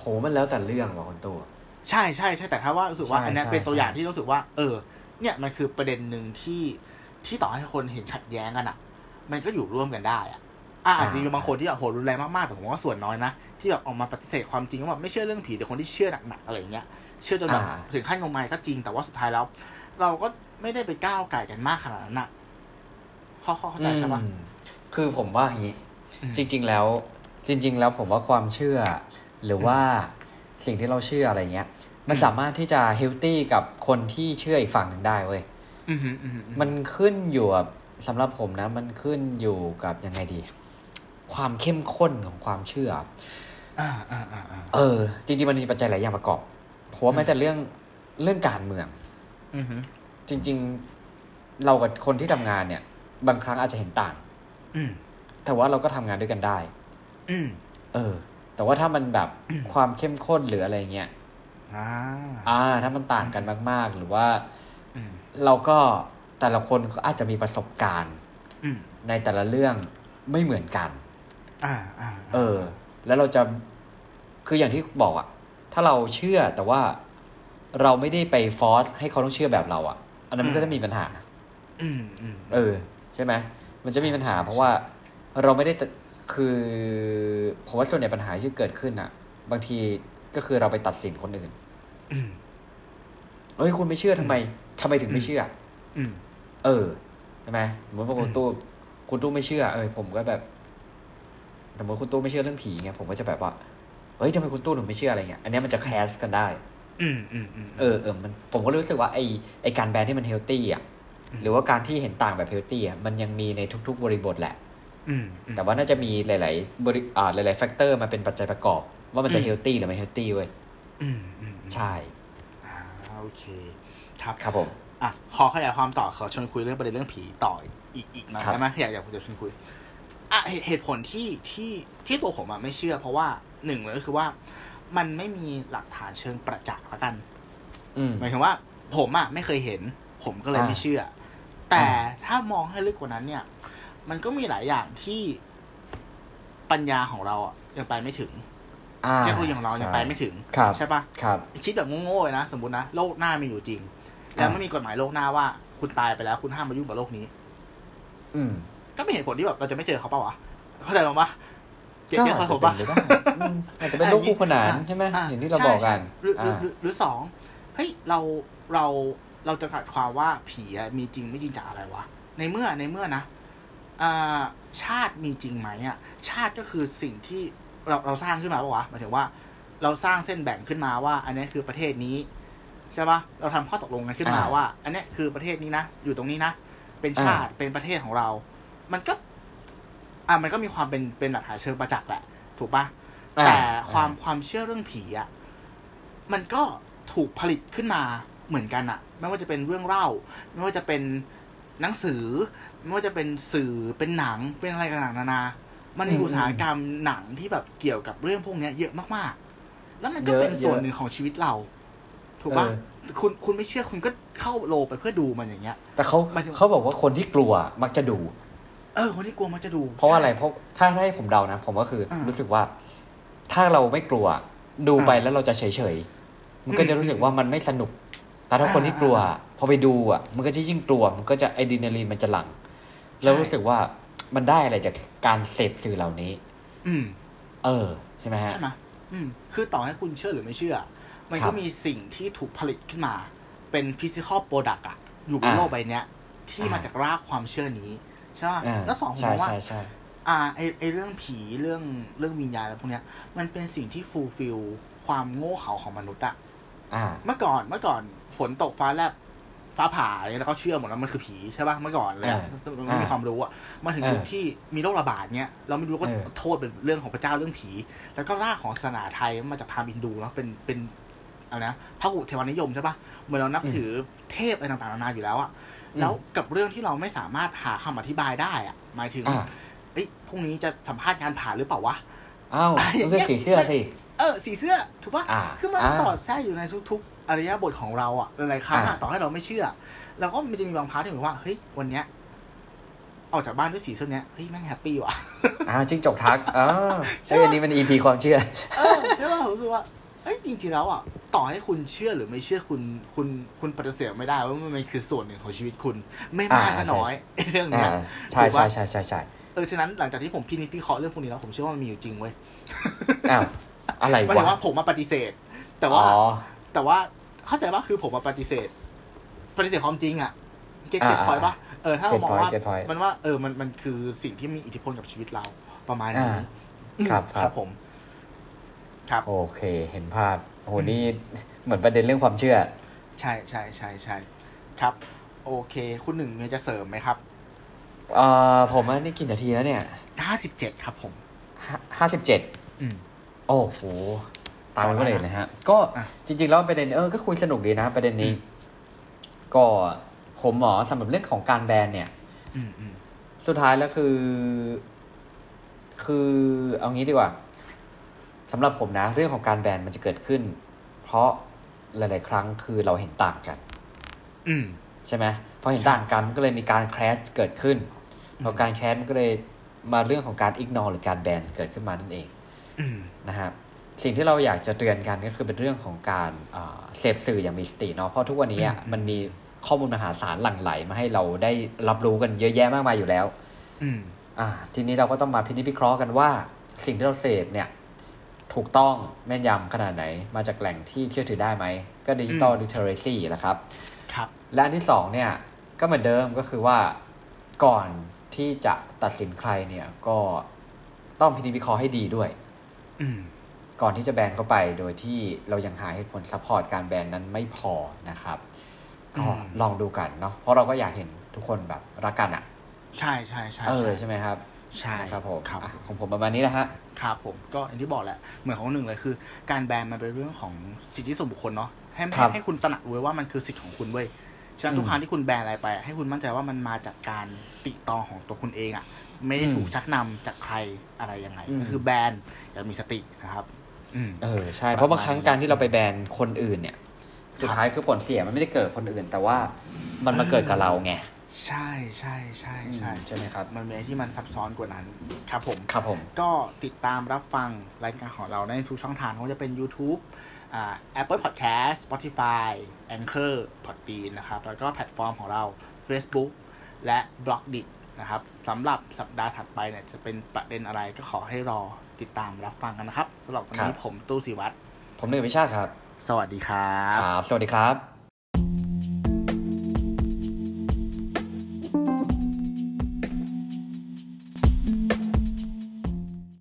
Speaker 2: ผมมันแล้วแต่เรื่องว่ะคุณตู้
Speaker 1: ใช่ใช่ใช่แต่ถ้าว่ารู้สึกว่า
Speaker 2: ใช่
Speaker 1: อันเนี้ย
Speaker 2: ใช่
Speaker 1: เป็นตัวอย่าง
Speaker 2: ใช่
Speaker 1: ที่รู้สึกว่า เออ เนี่ยมันคือประเด็นหนึ่งที่ที่ต่อให้คนเห็นขัดแย้งกันอ่ะ มันก็อยู่ร่วมกันได้อ่ะอ่ะอาจจะมีบางคนที่แบบโหรุนแรงมากๆแต่ผมว่าส่วนน้อยนะที่แบบออกมาปฏิเสธความจริงว่าแบบไม่เชื่อเรื่องผีแต่คนที่เชื่อหนักๆอะไรอย่างเงี้ยเชื่อจนแบบ
Speaker 2: อ่า
Speaker 1: ถึงขั้นงมงายก็จริงแต่ว่าสุดท้ายแล้ว เราก็ไม่ได้ไปก้าวไก่กันมากขนาดนั้นอ่ะเข้าเข้าเข้าใจใช่ปะ
Speaker 2: อืมคือผมว่าอย่างนี้
Speaker 1: อืม
Speaker 2: จริง ๆ แล้ว จริง ๆ แล้วผมว่าความเชื่อ หรือว่าสิ่งที่เราเชื่ออะไรเงี้ย มัน
Speaker 1: อืม
Speaker 2: สามารถที่จะเฮลตี้กับคนที่เชื่ออีกฝั่งหนึ่งได้เว้ย
Speaker 1: อืมฮึอืมฮึอืม
Speaker 2: มันขึ้นอยู่กับสำหรับผมนะ มันขึ้นอยู่กับยังไงดี ความเข้มข้นของความเชื่อ
Speaker 1: อ่าอ่าอ่าอ่า
Speaker 2: เออ จริงๆมันมีปัจจัยหลายอย่างประกอบเพราะว่า
Speaker 1: อืม
Speaker 2: แม้แต่เรื่องเรื่องการเมือง
Speaker 1: อืมฮึ
Speaker 2: จริง ๆ เรากับคนที่ทำงานเนี่ย บางครั้งอาจจะเห็นต่าง
Speaker 1: อืม
Speaker 2: แต่ว่าเราก็ทำงานด้วยกันได้
Speaker 1: อืม
Speaker 2: เออ แต่ว่าถ้ามันแบบ ความเข้มข้นหรืออะไรเงี้ย
Speaker 1: อ่า
Speaker 2: อ่า ถ้ามันต่างกันมาก ๆ หรือว่า
Speaker 1: อืม
Speaker 2: เราก็แต่ละคนก็อาจจะมีประสบการณ์
Speaker 1: อืม
Speaker 2: ในแต่ละเรื่องไม่เหมือนกัน
Speaker 1: อ่าอ่าา
Speaker 2: เออ แล้วเราจะคืออย่างที่บอกอะถ้าเราเชื่อแต่ว่าเราไม่ได้ไปฟอร์สให้เขาต้องเชื่อแบบเราอะอันนั้นมันก็จะมีปัญหา
Speaker 1: อืมอืม
Speaker 2: เออ ใช่ไหมมันจะมีปัญหา
Speaker 1: ใช่ใช่
Speaker 2: เพราะว่าเราไม่ได้ตะคือผมว่าส่วนใหญ่ปัญหาที่เกิดขึ้นอะบางทีก็คือเราไปตัดสินคนอื่น
Speaker 1: อืม
Speaker 2: เอ้ยคุณไม่เชื่อทำไมทำไมถึงไม่เชื่อ
Speaker 1: อืม
Speaker 2: เออใช่ไหมสมมติว่าคุณตู้คุณตู้ไม่เชื่อ เออผมก็แบบสมมติคุณตู้ไม่เชื่อเรื่องผีเงี้ยผมก็จะแบบว่าเฮ้ยทำไมคุณตู้ถึงไม่เชื่ออะไรเงี้ยอันเนี้ยมันจะแคสกันได้
Speaker 1: อืมอืมอืม
Speaker 2: เออเออมันผมก็รู้สึกว่าไอไอการแบนที่มันเฮลตี้อ่ะ
Speaker 1: อืม
Speaker 2: หรือว่าการที่เห็นต่างแบบเฮลตี้อ่ะมันยังมีในทุก ๆ บริบทแหละ
Speaker 1: อืมอืม
Speaker 2: แต่ว่าน่าจะมีหลายๆบริอ่าหลายๆแฟกเตอร์มาเป็นปัจจัยประกอบ ว่ามันจะ
Speaker 1: อืม
Speaker 2: เฮลตี้หรือไม่เฮลตี้เว้ย
Speaker 1: อืมอืมอืม
Speaker 2: ใช่
Speaker 1: อ่าโอเค ครับ
Speaker 2: ครับผม
Speaker 1: อ่ะขอขยายความต่อขอชวนคุยเรื่องประเด็นเรื่องผีต่ออีกอีกหน่อย
Speaker 2: ครับ
Speaker 1: ได้ไหมขยายอยากจะชวนคุยอ่ะเหตุเหตุผลที่ที่ที่ตัวผมอ่ะไม่เชื่อ เพราะว่าหนึ่งเลยก็คือว่า มันไม่มีหลักฐานเชิงประจักษ์ละกัน หมายถึงว่า ผมอ่ะไม่เคยเห็น ผมก็เลย
Speaker 2: อ่า
Speaker 1: ไม่เชื่อ แต่
Speaker 2: อ่า
Speaker 1: ถ้ามองให้ลึกกว่านั้นเนี่ย มันก็มีหลายอย่างที่ปัญญาของเราอ่ะยังไปไม่ถึง
Speaker 2: อ่า
Speaker 1: เทคโนโลยีของเรายังไปไม่ถึง
Speaker 2: ครับ
Speaker 1: ใช่ปะ
Speaker 2: ครับ
Speaker 1: คิดแบบโง่ๆเลยนะ สมมตินะ โลกหน้ามีอยู่จริง
Speaker 2: อ่า
Speaker 1: แล้วไม่มีกฎหมายโลกหน้าว่า คุณตายไปแล้วคุณห้ามมายุ่งกับโลกนี้
Speaker 2: อืม
Speaker 1: ก็เป็นเหตุผลที่แบบเราจะไม่เจอเขาปะวะเข้าใจหรอปะเก็บเยอะผสมปะ
Speaker 2: ก็อาจจะเป็นโรคคู่ขนานใช่ไหมอย่างที่เราบอกกัน
Speaker 1: ใช่ใช่หรือหรือห
Speaker 2: อ่า
Speaker 1: รือหรือสองเฮ้ยเราเราเราจะขัดความว่าผีอะมีจริงไม่จริงจากอะไรวะในเมื่อในเมื่อนะอ่าชาติมีจริงไหมอ่ะ ชาติก็คือสิ่งที่เราเราสร้างขึ้นมาปะวะหมายถึงว่า เราสร้างเส้นแบ่งขึ้นมาว่า อันนี้คือประเทศนี้ใช่ปะเราทำข้อตกลงกันขึ้นมา
Speaker 2: อ่า
Speaker 1: ว่า อันนี้คือประเทศนี้นะอยู่ตรงนี้นะเป็นชาติเป็นประเทศของเรา มันก็ อ่ะมันก็มีความเป็นเป็นหลักฐานเชิงประจักษ์แหละ ถูกปะ
Speaker 2: อ่า
Speaker 1: แต่ความ
Speaker 2: อ่
Speaker 1: ความเชื่อเรื่องผีอะ มันก็ถูกผลิตขึ้นมาเหมือนกันอะไม่ว่าจะเป็นเรื่องเล่า ไม่ว่าจะเป็นหนังสือ ไม่ว่าจะเป็นสื่อเป็นหนังเป็นอะไรต่างๆนานา มันมี
Speaker 2: อืม
Speaker 1: อุตสาหกรรมหนังที่แบบเกี่ยวกับเรื่องพวกเนี้ยเยอะมากๆ แล้วมันก็
Speaker 2: เยอะ
Speaker 1: เป็นส่วน
Speaker 2: เยอะ
Speaker 1: หนึ่งของชีวิตเรา ถูกปะ
Speaker 2: เอ
Speaker 1: คุณคุณไม่เชื่อคุณก็เข้าโลไปเพื่อดูมันอย่างเงี้ย
Speaker 2: แต่เขา
Speaker 1: หมายถึง
Speaker 2: เขาบอกว่าคนที่กลัวมักจะดู
Speaker 1: เออคนที่กลัวมันจะดู
Speaker 2: เพราะว่าอะไรเพราะถ้าให้ผมเดานะ ผมก็คืออา
Speaker 1: รู้
Speaker 2: รู้สึกว่า ถ้าเราไม่กลัว ดูไปแล้วเราจะเฉยเฉยๆมันก็จะ
Speaker 1: อืม
Speaker 2: รู้สึกว่ามันไม่สนุก แต่ถ้าคนที่กลัว
Speaker 1: อ่า
Speaker 2: พอไปดูอ่ะ มันก็จะยิ่งกลัว มันก็จะอะดรีนาลีนมันจะหลั่ง
Speaker 1: ช่
Speaker 2: แล้วรู้สึกว่ามันได้อะไรจากการเสพสื่อเหล่านี้
Speaker 1: อืม
Speaker 2: เออ ใช่ไหมฮะ
Speaker 1: ใช่ไหมอืม คือต่อให้คุณเชื่อหรือไม่เชื่อ มัน
Speaker 2: ครั
Speaker 1: ก็
Speaker 2: บ
Speaker 1: มีสิ่งที่ถูกผลิตขึ้นมา เป็นฟิสิกอลโปรดักต์อะอยู่บน
Speaker 2: อ่า
Speaker 1: โลกใบเนี้ย ที่
Speaker 2: อ่าม
Speaker 1: มาจากรากความเชื่อนี้ ใช่ไหม
Speaker 2: อ่า
Speaker 1: แล้วสองผม
Speaker 2: ใช่
Speaker 1: มองว่า
Speaker 2: ใช่ใช่
Speaker 1: อ่าไอไอเรื่องผีเรื่องเรื่องวิญญาณอะไรพวกเนี้ย มันเป็นสิ่งที่ฟูลฟิลความโง่เขลาของมนุษย์อะ
Speaker 2: อ่า
Speaker 1: เมื่อก่อนเมื่อก่อนฝนตกฟ้าแลบฟ้าผ่าอะไรแล้วก็เชื่อหมดแล้วมันคือผีใช่ป่ะเมื่อก่อนเลยอะ
Speaker 2: อ่า
Speaker 1: มันไม่มีความรู้อะมาถึง
Speaker 2: อ่ายุ
Speaker 1: ยุคที่มีโรคระบาดเนี้ยเราไม่รู้ก็
Speaker 2: เออ
Speaker 1: โทษเป็นเรื่องของพระเจ้าเรื่องผี แล้วก็รากของศาสนาไทยมาจากพราหมณ์อินดูเนาะเป็นเป็นอะไรนะพระหุเทวานิยมใช่ป่ะเหมือนเรานับถือเทพอะไรต่างๆนานาอยู่แล้วอะแล้วกับเรื่องที่เราไม่สามารถหาคำอธิบายได้อะหมายถึง
Speaker 2: อ่า
Speaker 1: เอ้ยพรุ่งนี้จะสัมภาษณ์งานผ่านหรือเปล่าวะ
Speaker 2: เอ้าว
Speaker 1: อ่ะอย่างเงี้ย
Speaker 2: เลือกสีเสื้อสิ
Speaker 1: เออ สีเสื้อ ถูกปะ
Speaker 2: อ่า
Speaker 1: คือมัน
Speaker 2: อ่า
Speaker 1: สอดแทรกอยู่ในทุก ๆอริยบทของเราอะหลายๆครั้งอะ
Speaker 2: อ่า
Speaker 1: ต่อให้เราไม่เชื่อ แล้วก็มันจะมีบางพาร์ทที่เหมือนว่า เฮ้ย วันเนี้ยออกจากบ้านด้วยสีเสื้อเนี้ย เฮ้ย แม่งแฮปปี้ว่ะ
Speaker 2: อ่าจิ้งจกทักอ่าไอ้ยอันนี้มันอีพีความเชื่อ
Speaker 1: เออแล้วผมรู้สึกว่า เอ้ย จริงๆแล้วอะต่อให้คุณเชื่อหรือไม่เชื่อคุณ คุณ คุณปฏิเสธไม่ได้ว่ามันคือส่วนหนึ่งของชีวิตคุณ ไม่มาก
Speaker 2: อ่า
Speaker 1: ก็
Speaker 2: ใช่
Speaker 1: น้อยไอ้เรื่อง
Speaker 2: อ่า
Speaker 1: เนี้ย
Speaker 2: ใช่
Speaker 1: ถูก
Speaker 2: ใช่
Speaker 1: ปะ
Speaker 2: ใช่ใช่ใช่
Speaker 1: เออ ฉะนั้นหลังจากที่ผมพินิจพิเคราะห์เรื่องพวกนี้แล้วผมเชื่อว่ามันมีอยู่จริงเว้ย
Speaker 2: อ้าวอะไร
Speaker 1: หมายถึ
Speaker 2: วะ
Speaker 1: งว่าผมมาปฏิเสธ แต่ว่า
Speaker 2: อ๋อ
Speaker 1: แต่ว่าเข้าใจปะคือผมมาปฏิเสธ ปฏิเสธความจริงอะเก็ต
Speaker 2: อ่า
Speaker 1: เก็ตพอยปะเออถ้าเรามองว่า
Speaker 2: เก็ต point
Speaker 1: มันว่าเออมันมันคือสิ่งที่มีอิทธิพลกับชีวิตเราประมาณนี้
Speaker 2: อ่าครับครับ
Speaker 1: ผม ครับ
Speaker 2: โอเค เห็นภาพ โอ้โห นี่ เหมือนประเด็นเรื่องความเชื่อ
Speaker 1: ใช่ใช่ใช่ใช่ครับ โอเค คุณหนึ่งมีจะเสริมไหมครับ
Speaker 2: เอ่อ ผมว่านี่กี่นาทีแล้วเนี่ย
Speaker 1: ห้าสิบเจ็ดครับผม
Speaker 2: ห้าห้าสิบเจ็ด
Speaker 1: อืม
Speaker 2: โอ้โห ตามไปก็เลยนะฮะ ก็
Speaker 1: อ่ะ
Speaker 2: จริง ๆ แล้วประเด็นเออ ก็คุยสนุกดีนะ ประเด็นนี้
Speaker 1: อืม
Speaker 2: ก็ผมหมอสำหรับเรื่องของการแบนเนี่ย
Speaker 1: อืมอืม
Speaker 2: สุดท้ายแล้วคือ คือเอางี้ดีกว่าสำหรับผมนะ เรื่องของการแบนมันจะเกิดขึ้น เพราะหลาย ๆ ครั้งคือเราเห็นต่างกัน
Speaker 1: อืม
Speaker 2: ใช่ไหมพอเห็น
Speaker 1: ใช่
Speaker 2: ต่างกันมันก็เลยมีการแครชเกิดขึ้น
Speaker 1: อืม
Speaker 2: พอการแครชมันก็เลยมาเรื่องของการอิกนอหรือการแบนเกิดขึ้นมานั่นเอง
Speaker 1: อืม
Speaker 2: นะฮะสิ่งที่เราอยากจะเตือนกันก็คือเป็นเรื่องของการเอ่อเสพสื่ออย่างมีสติเนาะเพราะทุกวันนี้อะมันมีข้อมูลมหาศาลหลั่งไหลมาให้เราได้รับรู้กันเยอะแยะมากมายอยู่แล้ว
Speaker 1: อืม
Speaker 2: อ่าทีนี้เราก็ต้องมาพินิจพิเคราะห์กันว่า สิ่งที่เราเสพเนี่ย ถูกต้องแม่นยำขนาดไหน มาจากแหล่งที่เชื่อถือได้ไหม ก็ดิจิตอล
Speaker 1: อืม
Speaker 2: ดิเทอเรซีแหละครับ
Speaker 1: ครับ
Speaker 2: และอันที่สองเนี่ยก็เหมือนเดิมก็คือว่าก่อนที่จะตัดสินใครเนี่ยก็ต้องพินิจพิเคราะห์ให้ดีด้วย
Speaker 1: อืม
Speaker 2: ก่อนที่จะแบนเข้าไปโดยที่เรายังหาเหตุผลซัพพอร์ตการแบนนั้นไม่พอนะครับก็
Speaker 1: อืม
Speaker 2: ลองดูกันเนาะเพราะเราก็อยากเห็นทุกคนแบบรักกันอะ
Speaker 1: ใช่ใช่ใช่
Speaker 2: เออ
Speaker 1: ใช่
Speaker 2: ใช่ไหมครับ
Speaker 1: ใช่
Speaker 2: ครับผม
Speaker 1: ครับ
Speaker 2: อ่ะของผมประมาณนี้นะฮะ
Speaker 1: ครับผมก็อย่างที่บอกแหละเหมือนของหนึ่งเลยคือ การแบนมันเป็นเรื่องของสิทธิส่วนบุคคลเนาะให้
Speaker 2: ครั
Speaker 1: ให้
Speaker 2: บ
Speaker 1: ให้คุณตระหนักไว้ว่ามันคือสิทธิของคุณเว้ยฉะนั้นทุก
Speaker 2: อืม
Speaker 1: ครั้งที่คุณแบนอะไรไปอะให้คุณมั่นใจว่ามันมาจากการติตองของตัวคุณเองอะ่ะ ไม่ได้
Speaker 2: อืม
Speaker 1: ถูกชักนำจากใครอะไรยังไง
Speaker 2: อืม
Speaker 1: ก็คือแบนอย่ามีสตินะครับ อืม
Speaker 2: เออใช่เพราะบางครั้งการที่เราไปแบนคนอื่นเนี่ย
Speaker 1: บ
Speaker 2: สุดท้ายคือผลเสียมันไม่ได้เกิดคนอื่น แต่ว่ามันมาเกิดกับเราไง
Speaker 1: ใช่ใช่ใช่ใช่
Speaker 2: อืมใช่ไหมครับ
Speaker 1: มันมีอะไรที่มันซับซ้อนกว่านั้นครับผม
Speaker 2: ครับผม
Speaker 1: ก็ติดตามรับฟังรายการของเราได้ทุกช่องทางไม่ว่าจะเป็น YouTube อ่า Apple Podcast Spotify Anchor Podbean นะครับ แล้วก็แพลตฟอร์มของเรา Facebook และ b l o g d i t นะครับสำหรับสัปดาห์ถัดไปเนี่ยจะเป็นประเด็นอะไรก็ขอให้รอติดตามรับฟังกันนะครับสำหรับวันนี้
Speaker 2: ครับ
Speaker 1: ผมตู้สิวัตร
Speaker 2: ผมเนยพิชาติครับ
Speaker 1: สวัสดีครับ
Speaker 2: ครับ สวัสดีครับ